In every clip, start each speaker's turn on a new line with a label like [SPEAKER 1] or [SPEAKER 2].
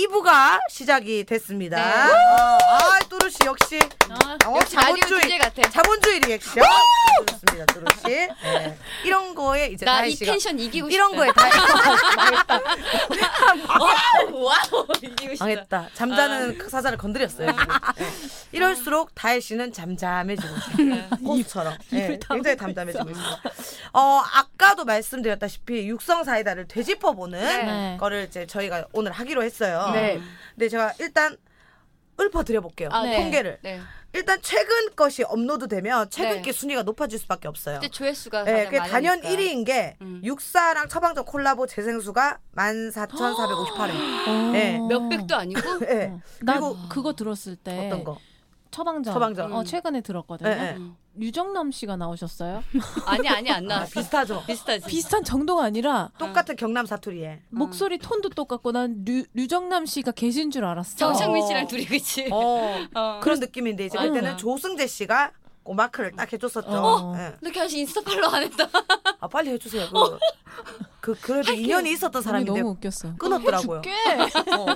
[SPEAKER 1] 2부가 시작이 됐습니다.
[SPEAKER 2] 네.
[SPEAKER 1] 어, 아, 또루씨 역시.
[SPEAKER 2] 어,
[SPEAKER 1] 어,
[SPEAKER 2] 역시 라디오
[SPEAKER 1] 자본주의.
[SPEAKER 2] 주제 같아.
[SPEAKER 1] 자본주의 리액션. 좋습니다, 또루씨. 네. 이런 거에 이제
[SPEAKER 2] 나 이
[SPEAKER 1] 다혜 씨가.
[SPEAKER 2] 텐션 이기고 싶다.
[SPEAKER 1] 이런 거에 다혜
[SPEAKER 2] 와우, 와우
[SPEAKER 1] 아,
[SPEAKER 2] 이기고 싶다.
[SPEAKER 1] 망했다. 잠자는
[SPEAKER 2] 아.
[SPEAKER 1] 사자를 건드렸어요. 지금. 네. 이럴수록 다혜 씨는 잠잠해지고 있어요. 꽃처럼. 네, 굉장히 담담해지고 있어요. 어, 아까도 말씀드렸다시피 육성 사이다를 되짚어보는
[SPEAKER 2] 네.
[SPEAKER 1] 거를 이제 저희가 오늘 하기로 했어요.
[SPEAKER 3] 네.
[SPEAKER 1] 근데 제가 일단 읊어드려볼게요.
[SPEAKER 2] 아, 네.
[SPEAKER 1] 통계를.
[SPEAKER 2] 네.
[SPEAKER 1] 일단 최근 것이 업로드되면 최근
[SPEAKER 2] 네.
[SPEAKER 1] 게 순위가 높아질 수밖에 없어요.
[SPEAKER 2] 그때 조회수가
[SPEAKER 1] 네,
[SPEAKER 2] 가장
[SPEAKER 1] 그게
[SPEAKER 2] 많으니까.
[SPEAKER 1] 단연 1위인 게
[SPEAKER 2] 음.
[SPEAKER 1] 육사랑 처방전 콜라보 재생수가 14,458회. 네.
[SPEAKER 2] 몇백도 아니고
[SPEAKER 1] 네.
[SPEAKER 3] 아. 나
[SPEAKER 1] 그리고
[SPEAKER 3] 그거 들었을
[SPEAKER 2] 네.
[SPEAKER 3] 때
[SPEAKER 1] 어떤 거?
[SPEAKER 3] 처방전,
[SPEAKER 1] 처방전.
[SPEAKER 4] 음.
[SPEAKER 3] 어, 최근에 들었거든요.
[SPEAKER 1] 네, 네.
[SPEAKER 3] 유정남 씨가 나오셨어요.
[SPEAKER 2] 어. 아니 아니 안
[SPEAKER 1] 아,
[SPEAKER 2] 나왔어.
[SPEAKER 1] 비슷하죠.
[SPEAKER 2] 비슷하지.
[SPEAKER 3] 비슷한 정도가 아니라
[SPEAKER 1] 똑같은 경남 사투리에.
[SPEAKER 4] 음.
[SPEAKER 3] 목소리 톤도 똑같고 난 류, 류정남 씨가 계신 줄 알았어.
[SPEAKER 2] 정상민 씨랑 둘이 그치.
[SPEAKER 1] 어,
[SPEAKER 2] 어.
[SPEAKER 1] 그런 느낌인데 이제 그때는
[SPEAKER 2] 어.
[SPEAKER 1] 조승재 씨가 그 꼬마크를 딱 해줬었죠.
[SPEAKER 3] 어.
[SPEAKER 1] 예.
[SPEAKER 2] 너 결혼 인스타 팔로우 안 했다.
[SPEAKER 1] 아 빨리 해주세요.
[SPEAKER 2] 어.
[SPEAKER 1] 그, 그 그래도 인연이 있었던
[SPEAKER 3] 사람이
[SPEAKER 1] 사람인데
[SPEAKER 3] 너무 웃겼어.
[SPEAKER 1] 끊었더라고요.
[SPEAKER 3] 꽤
[SPEAKER 1] 어.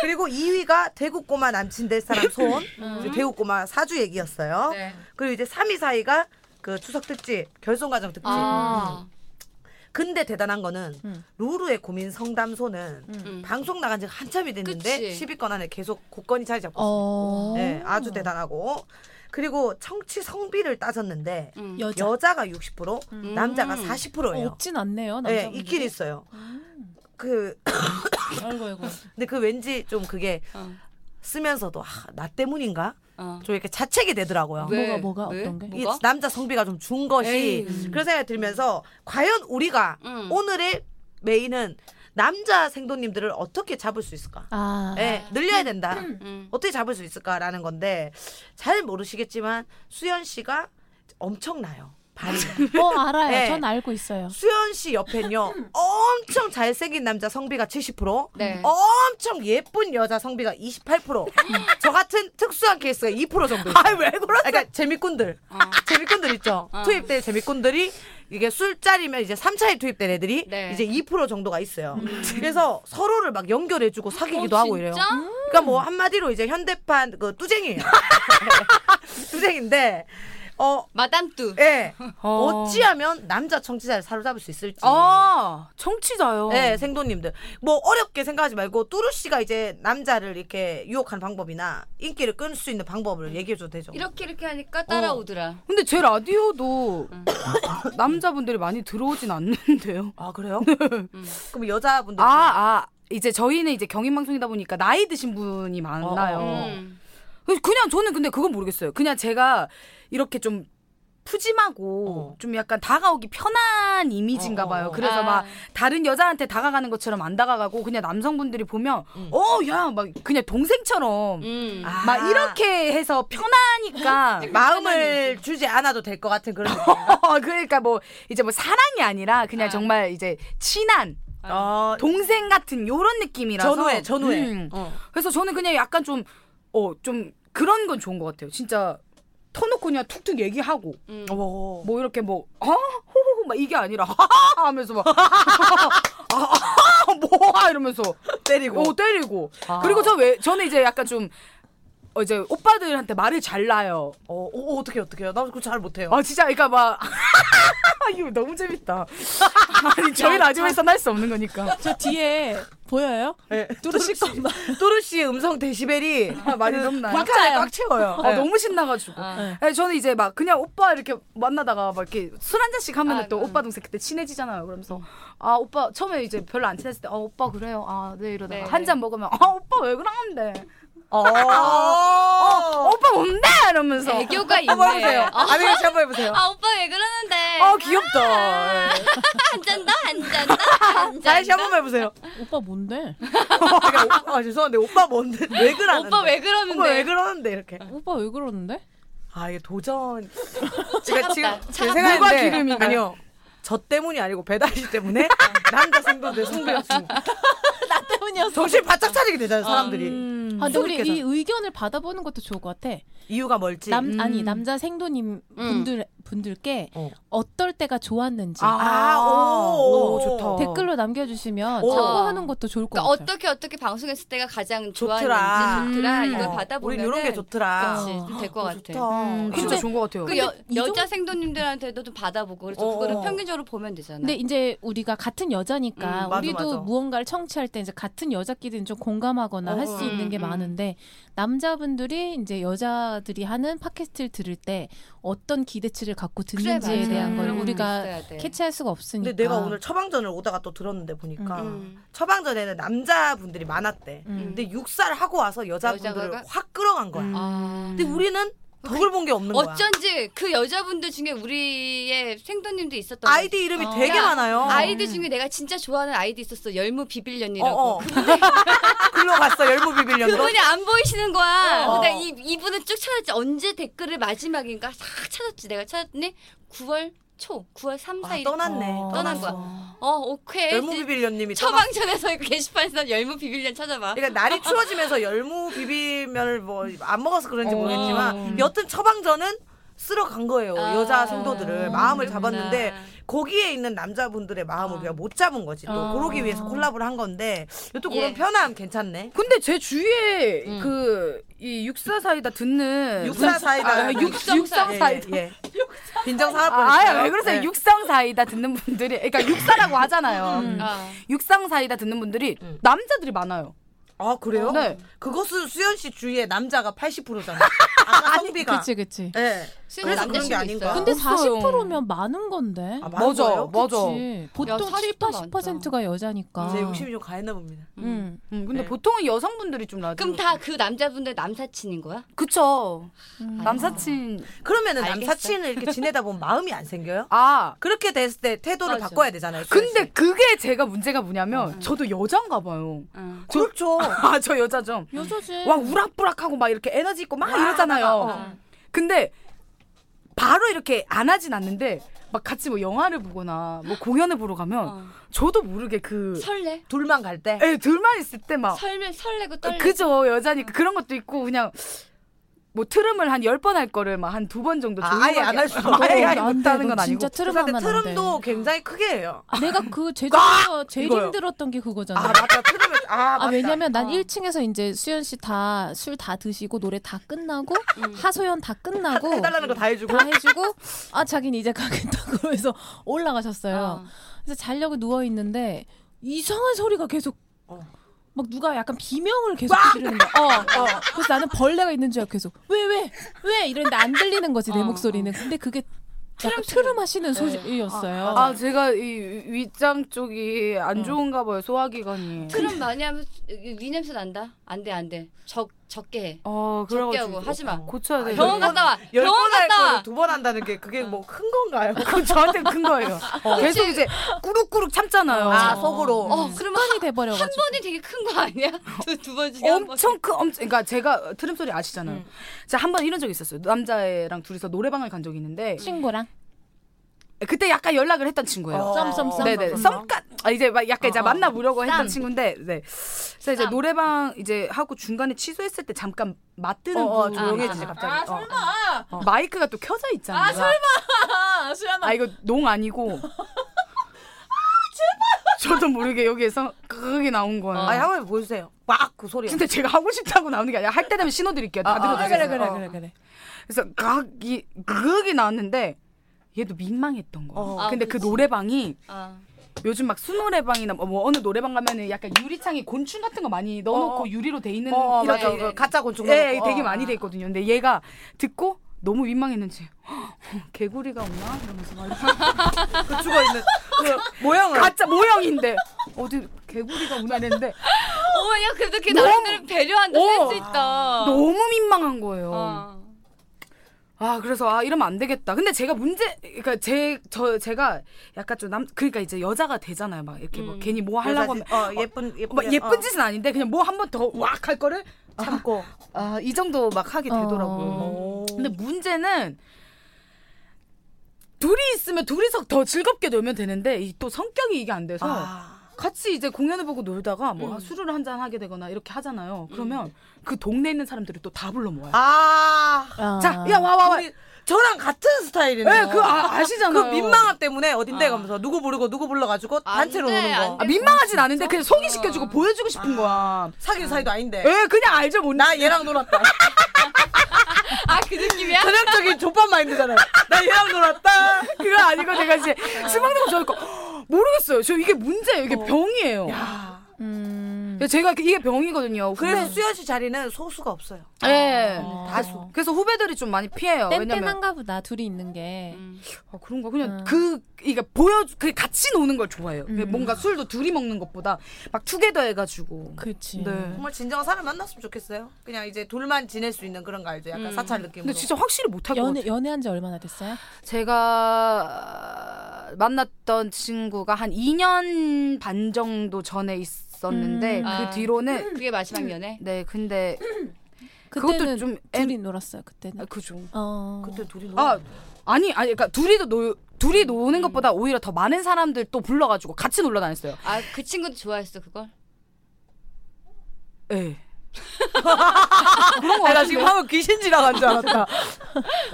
[SPEAKER 1] 그리고 2위가 대구 꼬마 남친 될 사람 손. 이제 대구 꼬마 사주 얘기였어요.
[SPEAKER 2] 네.
[SPEAKER 1] 그리고 이제 3위, 4위가 그 추석 특집, 결손 과정 특집. 음.
[SPEAKER 2] 아.
[SPEAKER 1] 근데 대단한 거는
[SPEAKER 3] 음.
[SPEAKER 1] 루루의 고민 상담소는
[SPEAKER 2] 음.
[SPEAKER 1] 방송 나간 지 한참이 됐는데
[SPEAKER 2] 그치.
[SPEAKER 1] 10위권 안에 계속 굳건히 자리 잡고 있어요.
[SPEAKER 3] 어.
[SPEAKER 1] 네, 아주 대단하고. 그리고 청취 성비를 따졌는데
[SPEAKER 2] 음.
[SPEAKER 3] 여자.
[SPEAKER 1] 여자가 60%, 남자가 40%예요.
[SPEAKER 3] 없진 않네요.
[SPEAKER 1] 네,
[SPEAKER 3] 남자.
[SPEAKER 1] 있긴 있어요. 그
[SPEAKER 3] 아이고 아이고.
[SPEAKER 1] 근데 그 왠지 좀 그게
[SPEAKER 2] 어.
[SPEAKER 1] 쓰면서도 아, 나 때문인가?
[SPEAKER 2] 어.
[SPEAKER 1] 좀 이렇게 자책이 되더라고요.
[SPEAKER 2] 왜?
[SPEAKER 3] 뭐가, 뭐가, 어떤 게?
[SPEAKER 1] 이
[SPEAKER 2] 뭐가?
[SPEAKER 1] 남자 성비가 좀 준 것이
[SPEAKER 2] 에이.
[SPEAKER 1] 그런 생각이 들면서 과연 우리가
[SPEAKER 2] 음.
[SPEAKER 1] 오늘의 메인은 남자 생도님들을 어떻게 잡을 수 있을까?
[SPEAKER 3] 아.
[SPEAKER 1] 예, 늘려야 된다.
[SPEAKER 2] 음.
[SPEAKER 1] 어떻게 잡을 수 있을까라는 건데 잘 모르시겠지만 수연 씨가 엄청나요. 발이.
[SPEAKER 3] 어 알아요.
[SPEAKER 1] 네.
[SPEAKER 3] 전 알고 있어요.
[SPEAKER 1] 수연 씨 옆엔요 엄청 잘생긴 남자 성비가 70%
[SPEAKER 2] 네.
[SPEAKER 1] 엄청 예쁜 여자 성비가 28%저 같은 특수한 케이스가 2% 정도 아왜 그러세요? 어. 그러니까 재미꾼들 재미꾼들 있죠 투입될 재미꾼들이 이게 술자리면 이제 3차에 투입된 애들이
[SPEAKER 2] 네.
[SPEAKER 1] 이제 2% 정도가 있어요 그래서 서로를 막 연결해주고 사귀기도
[SPEAKER 2] 어,
[SPEAKER 1] 하고 이래요
[SPEAKER 2] 진짜?
[SPEAKER 1] 그러니까 뭐 한마디로 이제 현대판 그 뚜쟁이에요 뚜쟁인데 어
[SPEAKER 2] 마담뚜.
[SPEAKER 1] 예.
[SPEAKER 4] 어.
[SPEAKER 1] 어찌하면 남자 청취자를 사로잡을 수 있을지.
[SPEAKER 4] 아, 청취자요.
[SPEAKER 1] 네, 생도님들. 뭐, 어렵게 생각하지 말고, 뚜루씨가 이제 남자를 이렇게 유혹하는 방법이나 인기를 끌 수 있는 방법을 얘기해줘도 되죠.
[SPEAKER 2] 이렇게 이렇게 하니까 따라오더라.
[SPEAKER 4] 근데 제 라디오도 남자분들이 많이 들어오진 않는데요.
[SPEAKER 1] 음. 아, 그렇죠. 그래요? 그럼 여자분들.
[SPEAKER 4] 음. 아, 아, 이제 저희는 이제 경인방송이다 보니까 나이 드신 분이 많나요.
[SPEAKER 1] 어.
[SPEAKER 2] 음.
[SPEAKER 4] 그래서 그냥 저는 근데 그건 모르겠어요. 그냥 제가 이렇게 좀 푸짐하고
[SPEAKER 1] 어.
[SPEAKER 4] 좀 약간 다가오기 편한 이미지인가 봐요.
[SPEAKER 1] 어, 어.
[SPEAKER 4] 그래서
[SPEAKER 2] 아.
[SPEAKER 4] 막 다른 여자한테 다가가는 것처럼 안 다가가고 그냥 남성분들이 보면 어, 야, 막 그냥 동생처럼
[SPEAKER 2] 음.
[SPEAKER 1] 음. 아.
[SPEAKER 4] 막 이렇게 해서 편하니까
[SPEAKER 1] 마음을 주지 않아도 될 것 같은 그런 느낌.
[SPEAKER 4] 어, 그러니까 뭐 이제 뭐 사랑이 아니라 그냥
[SPEAKER 2] 아.
[SPEAKER 4] 정말 이제 친한
[SPEAKER 1] 어,
[SPEAKER 4] 동생 같은 요런 느낌이라서
[SPEAKER 1] 전후에, 전후에.
[SPEAKER 4] 음.
[SPEAKER 1] 어.
[SPEAKER 4] 그래서 저는 그냥 약간 좀 어, 좀 그런 건 좋은 것 같아요. 진짜 터놓고 그냥 툭툭 얘기하고
[SPEAKER 2] 음.
[SPEAKER 1] 오.
[SPEAKER 4] 뭐 이렇게 뭐 아, 호호호 막 이게 아니라 하하 하면서 막 아, 뭐야 이러면서
[SPEAKER 1] 때리고. 아.
[SPEAKER 4] 어, 때리고 그리고 저 왜 저는 이제 약간 좀 어, 이제 오빠들한테 말을 잘 나요.
[SPEAKER 1] 어, 어, 어떻게, 어떻게 해요? 나 그거 잘 못해요.
[SPEAKER 4] 아 진짜 그러니까 막 이거 너무 재밌다. 아니 저희 라디오에서는 할 수 없는 거니까.
[SPEAKER 3] 저 뒤에 보여요?
[SPEAKER 1] 네.
[SPEAKER 3] 뚜루실 것만.
[SPEAKER 1] 뚜루씨의 음성 데시벨이
[SPEAKER 4] 아,
[SPEAKER 1] 그
[SPEAKER 4] 많이 넘나요?
[SPEAKER 1] 꽉차에 꽉 채워요.
[SPEAKER 4] 아, 너무 신나가지고.
[SPEAKER 2] 아.
[SPEAKER 4] 아니, 저는 이제 막 그냥 오빠 이렇게 만나다가 막 이렇게 술 한 잔씩 하면
[SPEAKER 2] 아,
[SPEAKER 4] 은또
[SPEAKER 2] 음.
[SPEAKER 4] 오빠 동생 그때 친해지잖아요. 그러면서 아 오빠 처음에 이제 별로 안 친했을 때 아 오빠 그래요. 아 네 이러다가
[SPEAKER 2] 네.
[SPEAKER 4] 한 잔 먹으면 아 오빠 왜 그러는데?
[SPEAKER 1] 어.
[SPEAKER 4] 아. 어, 오빠 뭔데? 이러면서
[SPEAKER 2] 애교가 있네.
[SPEAKER 1] 한번 해보세요.
[SPEAKER 2] 아,
[SPEAKER 1] 아미 씨 한번 해보세요.
[SPEAKER 2] 아, 오빠 왜 그러는데?
[SPEAKER 4] 아 귀엽다.
[SPEAKER 2] 안 잔다 안 잔다 안 잔다.
[SPEAKER 1] 다시 한번 해보세요.
[SPEAKER 3] 오빠 뭔데?
[SPEAKER 1] 그러니까 오- 아 죄송한데 오빠 뭔데 왜 그러는데?
[SPEAKER 2] 오빠 왜 그러는데?
[SPEAKER 1] 오빠 왜 그러는데 이렇게.
[SPEAKER 3] 오빠 왜 그러는데?
[SPEAKER 1] 아 이게 도전. 제가 지금
[SPEAKER 2] 차갑다.
[SPEAKER 1] 제 생각인데
[SPEAKER 4] 누가 기름인가요?
[SPEAKER 1] 아니요. 저 때문이 아니고 배달이 때문에 남자 생도들 성배였습니다.
[SPEAKER 3] 나 때문이었어.
[SPEAKER 1] 정신 바짝 차리게 되잖아요
[SPEAKER 2] 음.
[SPEAKER 1] 사람들이.
[SPEAKER 3] 아, 근데 우리
[SPEAKER 1] 소개해서.
[SPEAKER 3] 이 의견을 받아보는 것도 좋을 것 같아.
[SPEAKER 1] 이유가 뭘지.
[SPEAKER 3] 남 아니 남자 생도님 분들 분들께
[SPEAKER 1] 음. 어.
[SPEAKER 3] 어떨 때가 좋았는지
[SPEAKER 1] 아, 오,
[SPEAKER 4] 오, 좋다.
[SPEAKER 3] 댓글로 남겨주시면
[SPEAKER 1] 오.
[SPEAKER 3] 참고하는 것도 좋을 것
[SPEAKER 2] 그러니까
[SPEAKER 3] 같아요.
[SPEAKER 2] 어떻게 어떻게 방송했을 때가 가장
[SPEAKER 1] 좋더라.
[SPEAKER 2] 좋았는지 좋더라
[SPEAKER 3] 음.
[SPEAKER 2] 이걸
[SPEAKER 1] 어,
[SPEAKER 2] 받아보면
[SPEAKER 1] 우린 이런 게 좋더라.
[SPEAKER 2] 될것
[SPEAKER 1] 어,
[SPEAKER 2] 같아.
[SPEAKER 1] 좋다.
[SPEAKER 4] 음, 진짜
[SPEAKER 3] 근데-
[SPEAKER 4] 좋은 것 같아요.
[SPEAKER 2] 그
[SPEAKER 3] 근데
[SPEAKER 2] 여,
[SPEAKER 3] 이
[SPEAKER 2] 여자 생도님들한테도 좀 받아보고 그래서
[SPEAKER 1] 어,
[SPEAKER 2] 그거를
[SPEAKER 1] 어.
[SPEAKER 2] 평균적으로 보면 되잖아.
[SPEAKER 3] 근데 이제 우리가 같은 여자니까
[SPEAKER 1] 음, 맞아,
[SPEAKER 3] 우리도
[SPEAKER 1] 맞아.
[SPEAKER 3] 무언가를 청취할 때 이제 같은 여자끼리는 좀 공감하거나
[SPEAKER 1] 어,
[SPEAKER 3] 할 수
[SPEAKER 1] 음,
[SPEAKER 3] 있는 게
[SPEAKER 2] 음.
[SPEAKER 3] 많은데 남자분들이 이제 여자들이 하는 팟캐스트를 들을 때 어떤 기대치를 갖고 듣는지에
[SPEAKER 2] 맞아.
[SPEAKER 3] 대한 걸
[SPEAKER 2] 그런 것도
[SPEAKER 3] 우리가
[SPEAKER 2] 있어야 돼.
[SPEAKER 3] 캐치할 수가 없으니까.
[SPEAKER 1] 근데 내가 오늘 처방전을 오다가 또 들었는데 보니까
[SPEAKER 2] 그러니까. 음.
[SPEAKER 1] 처방전에는 남자분들이 많았대.
[SPEAKER 3] 음.
[SPEAKER 1] 근데 육사를 하고 와서 여자분들을
[SPEAKER 2] 여자가?
[SPEAKER 1] 확 끌어간 거야.
[SPEAKER 4] 음.
[SPEAKER 2] 아.
[SPEAKER 1] 근데 우리는 덕을 본 게 없는 거야.
[SPEAKER 2] 어쩐지 그 여자분들 중에 우리의 생도님도 있었던
[SPEAKER 1] 아이디 이름이
[SPEAKER 3] 어.
[SPEAKER 1] 되게
[SPEAKER 2] 야,
[SPEAKER 1] 많아요.
[SPEAKER 2] 거. 아이디 중에 내가 진짜 좋아하는 아이디 있었어. 열무 비빌년이라고.
[SPEAKER 1] 어, 어. 굴러갔어 열무 비빌년도.
[SPEAKER 2] 그분이 안 보이시는 거야.
[SPEAKER 1] 어.
[SPEAKER 2] 근데 이, 이분은 쭉 찾았지. 언제 댓글을 마지막인가 싹 찾았지. 내가 찾았더니 9월 초, 9월 3, 4일.
[SPEAKER 1] 아, 떠났네.
[SPEAKER 3] 어.
[SPEAKER 2] 떠난 거야. 어, 오케이.
[SPEAKER 1] 열무 비빌년님이 떠났어.
[SPEAKER 2] 처방전에서 게시판에서 열무 비빌년 찾아봐.
[SPEAKER 1] 그러니까 날이 추워지면서 열무 비빔면을 뭐 안 먹어서 그런지
[SPEAKER 4] 어.
[SPEAKER 1] 모르겠지만 여튼 처방전은 쓸어 간 거예요.
[SPEAKER 2] 음. 아.
[SPEAKER 1] 여자 성도들을 마음을
[SPEAKER 2] 그렇구나.
[SPEAKER 1] 잡았는데 거기에 있는 남자분들의 마음을
[SPEAKER 2] 어.
[SPEAKER 1] 우리가 못 잡은 거지. 또
[SPEAKER 3] 어.
[SPEAKER 1] 그러기 위해서 콜라보를 한 건데 또 그런
[SPEAKER 2] 예.
[SPEAKER 1] 편함 괜찮네.
[SPEAKER 4] 근데 제 주위에
[SPEAKER 3] 음.
[SPEAKER 4] 그 이 육사 사이다 듣는
[SPEAKER 1] 네, 육사 사이다.
[SPEAKER 4] 아, 육,
[SPEAKER 2] 육성
[SPEAKER 4] 육성
[SPEAKER 1] 예, 예,
[SPEAKER 4] 사이다.
[SPEAKER 1] 예. 빈정 사업.
[SPEAKER 4] 아, 아왜 그러세요? 육성 사이다 듣는 분들이 그러니까 육사라고 하잖아요.
[SPEAKER 3] 음.
[SPEAKER 2] 아.
[SPEAKER 4] 육상 사이다 듣는 분들이
[SPEAKER 1] 음.
[SPEAKER 4] 남자들이 많아요.
[SPEAKER 1] 아 그래요?
[SPEAKER 4] 네.
[SPEAKER 1] 그것은 수현 씨 주위에 남자가 80%잖아. 아까 성비가.
[SPEAKER 3] 그치 그치.
[SPEAKER 1] 예.
[SPEAKER 2] 수현이
[SPEAKER 1] 그래서 그런 게
[SPEAKER 2] 남자친구
[SPEAKER 1] 아닌가?
[SPEAKER 2] 있어요?
[SPEAKER 3] 근데
[SPEAKER 4] 없어요.
[SPEAKER 3] 40%면 많은 건데.
[SPEAKER 1] 아,
[SPEAKER 4] 맞아,
[SPEAKER 1] 맞아요.
[SPEAKER 4] 맞아.
[SPEAKER 3] 그치. 보통 70,
[SPEAKER 2] 40%
[SPEAKER 3] 80%가 여자니까.
[SPEAKER 1] 제 욕심이 좀 가했나 봅니다.
[SPEAKER 3] 음.
[SPEAKER 4] 음, 근데
[SPEAKER 1] 네.
[SPEAKER 4] 보통은 여성분들이 좀 나죠.
[SPEAKER 2] 그럼 다 그 남자분들 남사친인 거야?
[SPEAKER 4] 그쵸.
[SPEAKER 1] 아.
[SPEAKER 3] 음.
[SPEAKER 4] 남사친
[SPEAKER 1] 그러면은
[SPEAKER 2] 알겠어.
[SPEAKER 1] 남사친을 이렇게 지내다 보면 마음이 안 생겨요?
[SPEAKER 4] 아
[SPEAKER 1] 그렇게 됐을 때 태도를
[SPEAKER 2] 맞아.
[SPEAKER 1] 바꿔야 되잖아요. 수현
[SPEAKER 4] 근데
[SPEAKER 1] 씨.
[SPEAKER 4] 그게 제가 문제가 뭐냐면
[SPEAKER 1] 음.
[SPEAKER 4] 저도 여잔가 봐요.
[SPEAKER 2] 응.
[SPEAKER 1] 그렇죠.
[SPEAKER 4] 아저 여자 좀.
[SPEAKER 3] 여자지.
[SPEAKER 4] 와 우락부락하고 막 이렇게 에너지 있고 막 이러잖아요. 근데 바로 이렇게 안 하진 않는데 막 같이 뭐 영화를 보거나 뭐 공연을 보러 가면
[SPEAKER 2] 어.
[SPEAKER 4] 저도 모르게 그
[SPEAKER 2] 설레?
[SPEAKER 1] 둘만 갈 때.
[SPEAKER 4] 에, 둘만 있을
[SPEAKER 1] 어.
[SPEAKER 4] 때막
[SPEAKER 2] 설레 설레고 떨려.
[SPEAKER 4] 그죠 여자니까 그런 것도 있고 그냥 뭐 트름을 한 열 번 할 거를 막 한 두 번 정도
[SPEAKER 1] 아,
[SPEAKER 4] 조용하게
[SPEAKER 1] 아예 안할 수도
[SPEAKER 4] 하고 아예
[SPEAKER 1] 없고.
[SPEAKER 4] 아예
[SPEAKER 3] 안 돼,
[SPEAKER 4] 못하는
[SPEAKER 3] 너
[SPEAKER 4] 건 아니고 그
[SPEAKER 3] 진짜 트름
[SPEAKER 1] 근데
[SPEAKER 3] 하면 안 돼.
[SPEAKER 1] 트름도 굉장히 크게 해요.
[SPEAKER 3] 내가 그 제주에서 제일
[SPEAKER 4] 이거요.
[SPEAKER 3] 힘들었던 게 그거잖아.
[SPEAKER 1] 아 맞다 트름을 아,
[SPEAKER 3] 아,
[SPEAKER 1] 맞다.
[SPEAKER 3] 왜냐면 난
[SPEAKER 2] 어.
[SPEAKER 3] 1층에서 이제 수현 씨 다 술 다 드시고 노래 다 끝나고 하소연 다 끝나고
[SPEAKER 1] 해달라는 거 다 해주고
[SPEAKER 3] 다 해주고 아 자기는 이제 가겠다 그러면서 올라가셨어요. 그래서 자려고 누워 있는데 이상한 소리가 계속
[SPEAKER 1] 어.
[SPEAKER 3] 막 누가 약간 비명을 계속 지르는
[SPEAKER 4] 아,
[SPEAKER 3] 거야. 어, 어. 그래서 나는 벌레가 있는 줄 알고 계속 왜 왜 왜 이러는데 안 들리는 거지 내
[SPEAKER 2] 어,
[SPEAKER 3] 목소리는. 근데 그게 약간 트름
[SPEAKER 4] 네.
[SPEAKER 3] 하시는 소리였어요.
[SPEAKER 4] 아 제가 이 윗장 쪽이 안 좋은가 봐요 소화기관이
[SPEAKER 2] 트럼 많이 하면 위 냄새 난다. 안 돼, 안 돼. 적 적게 해.
[SPEAKER 4] 어
[SPEAKER 2] 적게
[SPEAKER 4] 그래가지고
[SPEAKER 2] 하고 하지 마.
[SPEAKER 4] 고쳐야 돼요
[SPEAKER 2] 병원 갔다 와. 병원
[SPEAKER 1] 열번할
[SPEAKER 2] 갔다
[SPEAKER 1] 거를
[SPEAKER 2] 와.
[SPEAKER 1] 두 번 한다는 게 그게 뭐 큰 건가요?
[SPEAKER 4] 그건 저한테 큰 거예요 계속 이제 꾸룩꾸룩 참잖아요
[SPEAKER 1] 아 속으로.
[SPEAKER 2] 어, 그러면
[SPEAKER 3] 습관이
[SPEAKER 2] 한
[SPEAKER 3] 돼버려가지고.
[SPEAKER 2] 번이 되게 큰 거 아니야? 두 번 중에 한 번.
[SPEAKER 4] 엄청 큰 엄청 그러니까 제가 트름 소리 아시잖아요 제가 한 번 이런 적이 있었어요 남자애랑 둘이서 노래방을 간 적이 있는데
[SPEAKER 3] 친구랑
[SPEAKER 4] 그때 약간 연락을 했던 친구예요
[SPEAKER 1] 어.
[SPEAKER 3] 썸썸썸.
[SPEAKER 4] 네네 썸까 아, 이제 막 약간 이제 만나보려고 했던
[SPEAKER 2] 쌈.
[SPEAKER 4] 친구인데 네 그래서 이제
[SPEAKER 2] 쌈.
[SPEAKER 4] 노래방 이제 하고 중간에 취소했을 때 잠깐 맞드는
[SPEAKER 1] 어, 어,
[SPEAKER 4] 부분이
[SPEAKER 1] 조용해지지
[SPEAKER 4] 있어요.
[SPEAKER 1] 갑자기. 어.
[SPEAKER 4] 어. 마이크가 또 켜져 있잖아요 아 설마 아 이거 농 아니고 저도 모르게 여기에서 그게 나온 거예요
[SPEAKER 1] 아니 한 번 보여주세요. 막 그 소리.
[SPEAKER 4] 근데 제가 하고 싶다고 나오는 게 아니라 할 때 되면 신호 드릴게요
[SPEAKER 1] 아,
[SPEAKER 4] 다
[SPEAKER 3] 아, 그래
[SPEAKER 4] 들어주세요
[SPEAKER 3] 그래 그래
[SPEAKER 4] 어.
[SPEAKER 3] 그래 그래.
[SPEAKER 4] 그래서 그이 그게 나왔는데 얘도 민망했던 거예요
[SPEAKER 1] 어.
[SPEAKER 2] 아,
[SPEAKER 4] 근데 그
[SPEAKER 2] 그치.
[SPEAKER 4] 노래방이
[SPEAKER 2] 아.
[SPEAKER 4] 요즘 막 수노래방이나 뭐- 뭐 어느 노래방 가면은 약간 유리창에 곤충 같은 거 많이 넣어놓고
[SPEAKER 1] 어.
[SPEAKER 4] 유리로 돼 있는
[SPEAKER 1] 어,
[SPEAKER 4] 이런
[SPEAKER 1] 맞아. 그 가짜 곤충.
[SPEAKER 4] 예,
[SPEAKER 1] 넣어놓고.
[SPEAKER 4] 되게
[SPEAKER 1] 어.
[SPEAKER 4] 많이 돼 있거든요. 근데 얘가 듣고 너무 민망했는지 개구리가 없나 이러면서 막 이렇게
[SPEAKER 1] 그 죽어 있는 그 모양을.
[SPEAKER 4] 가짜 모형인데 어디 개구리가 오나 했는데
[SPEAKER 2] 어머, 야, 그래도 걔 남들은 배려한다.
[SPEAKER 4] 어.
[SPEAKER 2] 센스 있다.
[SPEAKER 4] 너무 민망한 거예요.
[SPEAKER 2] 어.
[SPEAKER 4] 아 그래서 아 이러면 안 되겠다. 근데 제가 문제 그러니까 제 저 제가 약간 좀 남 그러니까 이제 여자가 되잖아요. 막 이렇게 뭐 괜히 뭐 하려고
[SPEAKER 1] 음.
[SPEAKER 4] 하면
[SPEAKER 1] 여자지- 어, 예쁜 예쁜
[SPEAKER 4] 막 예쁜 짓은 아닌데 그냥 뭐 한 번 더 왁 할 거를
[SPEAKER 1] 참고.
[SPEAKER 4] 아 이 정도 막 하게
[SPEAKER 1] 어.
[SPEAKER 4] 되더라고요.
[SPEAKER 1] 오.
[SPEAKER 4] 근데 문제는 둘이 있으면 둘이서 더 즐겁게 놀면 되는데 이 또 성격이 이게 안 돼서
[SPEAKER 1] 아.
[SPEAKER 4] 같이 이제 공연을 보고 놀다가 뭐
[SPEAKER 1] 음.
[SPEAKER 4] 술을 한잔 하게 되거나 이렇게 하잖아요. 그러면 그 동네에 있는 사람들이 또 다 불러 모아요.
[SPEAKER 1] 아.
[SPEAKER 3] 아.
[SPEAKER 4] 자, 야 와 와 와.
[SPEAKER 1] 둘이- 저랑 같은 스타일이네요.
[SPEAKER 4] 네, 그거 아, 아시잖아요.
[SPEAKER 1] 그 민망함 때문에 어딘데
[SPEAKER 2] 아.
[SPEAKER 1] 가면서 누구 부르고 누구 불러가지고
[SPEAKER 2] 안
[SPEAKER 1] 단체로
[SPEAKER 2] 돼,
[SPEAKER 1] 노는
[SPEAKER 2] 안
[SPEAKER 1] 거.
[SPEAKER 4] 아,
[SPEAKER 2] 돼.
[SPEAKER 4] 민망하진 않은데
[SPEAKER 2] 어.
[SPEAKER 4] 그냥
[SPEAKER 1] 아.
[SPEAKER 4] 소개시켜주고 보여주고 싶은 거야.
[SPEAKER 1] 사귄 사이도 아닌데.
[SPEAKER 4] 예, 그냥 알죠, 뭔지.
[SPEAKER 1] 아. 나 얘랑 놀았다.
[SPEAKER 2] 아 그 느낌이야?
[SPEAKER 1] 전형적인 족밥 마인드잖아요. 나 얘랑 놀았다.
[SPEAKER 4] 그거 아니고 내가 이제 수박농 저니까 모르겠어요. 저 이게 문제예요. 이게 병이에요.
[SPEAKER 3] 음.
[SPEAKER 4] 제가 그, 이게 병이거든요.
[SPEAKER 1] 그래서
[SPEAKER 4] 후배-
[SPEAKER 1] 수현 씨 자리는 소수가 없어요.
[SPEAKER 4] 예.
[SPEAKER 3] 어.
[SPEAKER 1] 다수.
[SPEAKER 4] 그래서 후배들이 좀 많이 피해요. 왜냐면
[SPEAKER 3] 뗀뗀한가 보다 둘이 있는 게.
[SPEAKER 2] 음.
[SPEAKER 4] 아, 그런가 그냥
[SPEAKER 3] 음.
[SPEAKER 4] 그 이게 보여 그 같이 노는 걸 좋아해요.
[SPEAKER 3] 음.
[SPEAKER 4] 뭔가 술도 둘이 먹는 것보다 막 투게더 해가지고.
[SPEAKER 3] 그렇지.
[SPEAKER 4] 네.
[SPEAKER 1] 정말 진정한 사람 만났으면 좋겠어요. 그냥 이제 둘만 지낼 수 있는 그런 거 알죠? 약간
[SPEAKER 2] 음.
[SPEAKER 1] 사찰 느낌으로.
[SPEAKER 4] 근데 진짜 확실히 못할 것
[SPEAKER 3] 연애
[SPEAKER 4] 같아요.
[SPEAKER 3] 연애한 지 얼마나 됐어요?
[SPEAKER 4] 제가 만났던 친구가 한 2년 반 정도 전에 있었는데
[SPEAKER 3] 음.
[SPEAKER 4] 그
[SPEAKER 2] 아.
[SPEAKER 4] 뒤로는
[SPEAKER 2] 그게 마지막 연애?
[SPEAKER 4] 네 근데 그것도
[SPEAKER 3] 그때는
[SPEAKER 4] 좀 애...
[SPEAKER 3] 둘이 놀았어요. 그때는.
[SPEAKER 4] 아, 그죠.
[SPEAKER 3] 어.
[SPEAKER 1] 그때 둘이 놀아.
[SPEAKER 4] 아 아니 아니 그러니까 둘이도 노 둘이 노는 것보다 오히려 더 많은 사람들 또 불러가지고 같이 놀러 다녔어요.
[SPEAKER 2] 아 그 친구도 좋아했어 그걸?
[SPEAKER 4] 예. 그런 거
[SPEAKER 1] 나
[SPEAKER 4] 같은데.
[SPEAKER 1] 지금 방금 귀신 지나간 줄 알았다.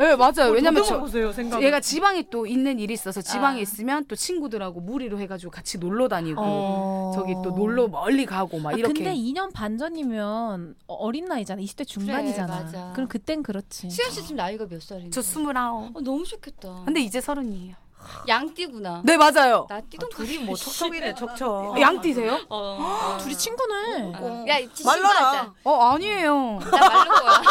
[SPEAKER 4] 예 맞아요. 왜냐면 저
[SPEAKER 1] 어, 보세요 생각.
[SPEAKER 4] 얘가 지방에 또 있는 일이 있어서 지방에
[SPEAKER 2] 아.
[SPEAKER 4] 있으면 또 친구들하고 무리로 해가지고 같이 놀러 다니고
[SPEAKER 3] 어.
[SPEAKER 4] 그 저기 또 놀러 멀리 가고 막
[SPEAKER 3] 아,
[SPEAKER 4] 이렇게.
[SPEAKER 3] 근데 2년 반 전이면 어- 어린 나이잖아. 20대
[SPEAKER 2] 그래,
[SPEAKER 3] 중반이잖아.
[SPEAKER 2] 맞아.
[SPEAKER 3] 그럼 그땐 그렇지.
[SPEAKER 2] 수현 씨 지금 나이가 몇 살인데?
[SPEAKER 4] 저 스물아홉.
[SPEAKER 2] 어, 너무 좋겠다.
[SPEAKER 4] 근데 이제 서른이에요.
[SPEAKER 2] 양띠구나.
[SPEAKER 4] 네 맞아요.
[SPEAKER 2] 나 띠동
[SPEAKER 1] 둘이 뭐 척척이네 척척.
[SPEAKER 4] 아, 양띠세요?
[SPEAKER 2] 어. 어.
[SPEAKER 3] 둘이 친구네.
[SPEAKER 2] 어. 야 지금
[SPEAKER 1] 말라라.
[SPEAKER 2] 맞아.
[SPEAKER 4] 어 아니에요. 아,
[SPEAKER 2] 나 말로 거야.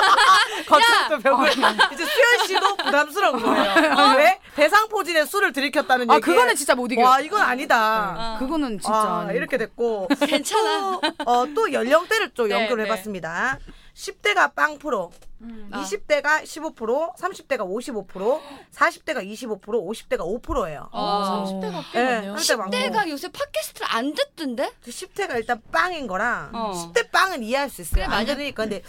[SPEAKER 1] 거칠도 벽을. 이제 수현 씨도 부담스러운 거예요. 왜? 대상 포진에 술을 들이켰다는 얘기.
[SPEAKER 4] 아 그거는 진짜 못 이겨.
[SPEAKER 1] 와
[SPEAKER 4] 요
[SPEAKER 1] 이건 아니다.
[SPEAKER 2] 어.
[SPEAKER 4] 그거는 진짜
[SPEAKER 1] 아,
[SPEAKER 4] 아니에요.
[SPEAKER 1] 이렇게 됐고
[SPEAKER 2] 괜찮아.
[SPEAKER 1] 또, 어, 또 연령대를 좀
[SPEAKER 2] 네,
[SPEAKER 1] 연결을
[SPEAKER 2] 네.
[SPEAKER 1] 해봤습니다. 10대가 빵 프로,
[SPEAKER 2] 아.
[SPEAKER 1] 20대가 15%, 30대가 55%, 40대가 25%, 50대가 5%예요.
[SPEAKER 3] 어,
[SPEAKER 2] 어.
[SPEAKER 3] 30대가 꽤
[SPEAKER 1] 예,
[SPEAKER 3] 많네요.
[SPEAKER 1] 30대 많고.
[SPEAKER 2] 내가 요새 팟캐스트를 안 듣던데?
[SPEAKER 1] 그 10대가 일단 빵인 거랑
[SPEAKER 2] 어.
[SPEAKER 1] 10대 빵은 이해할 수 있어요.
[SPEAKER 2] 그래,
[SPEAKER 1] 안
[SPEAKER 2] 맞아.
[SPEAKER 1] 들으니까 근데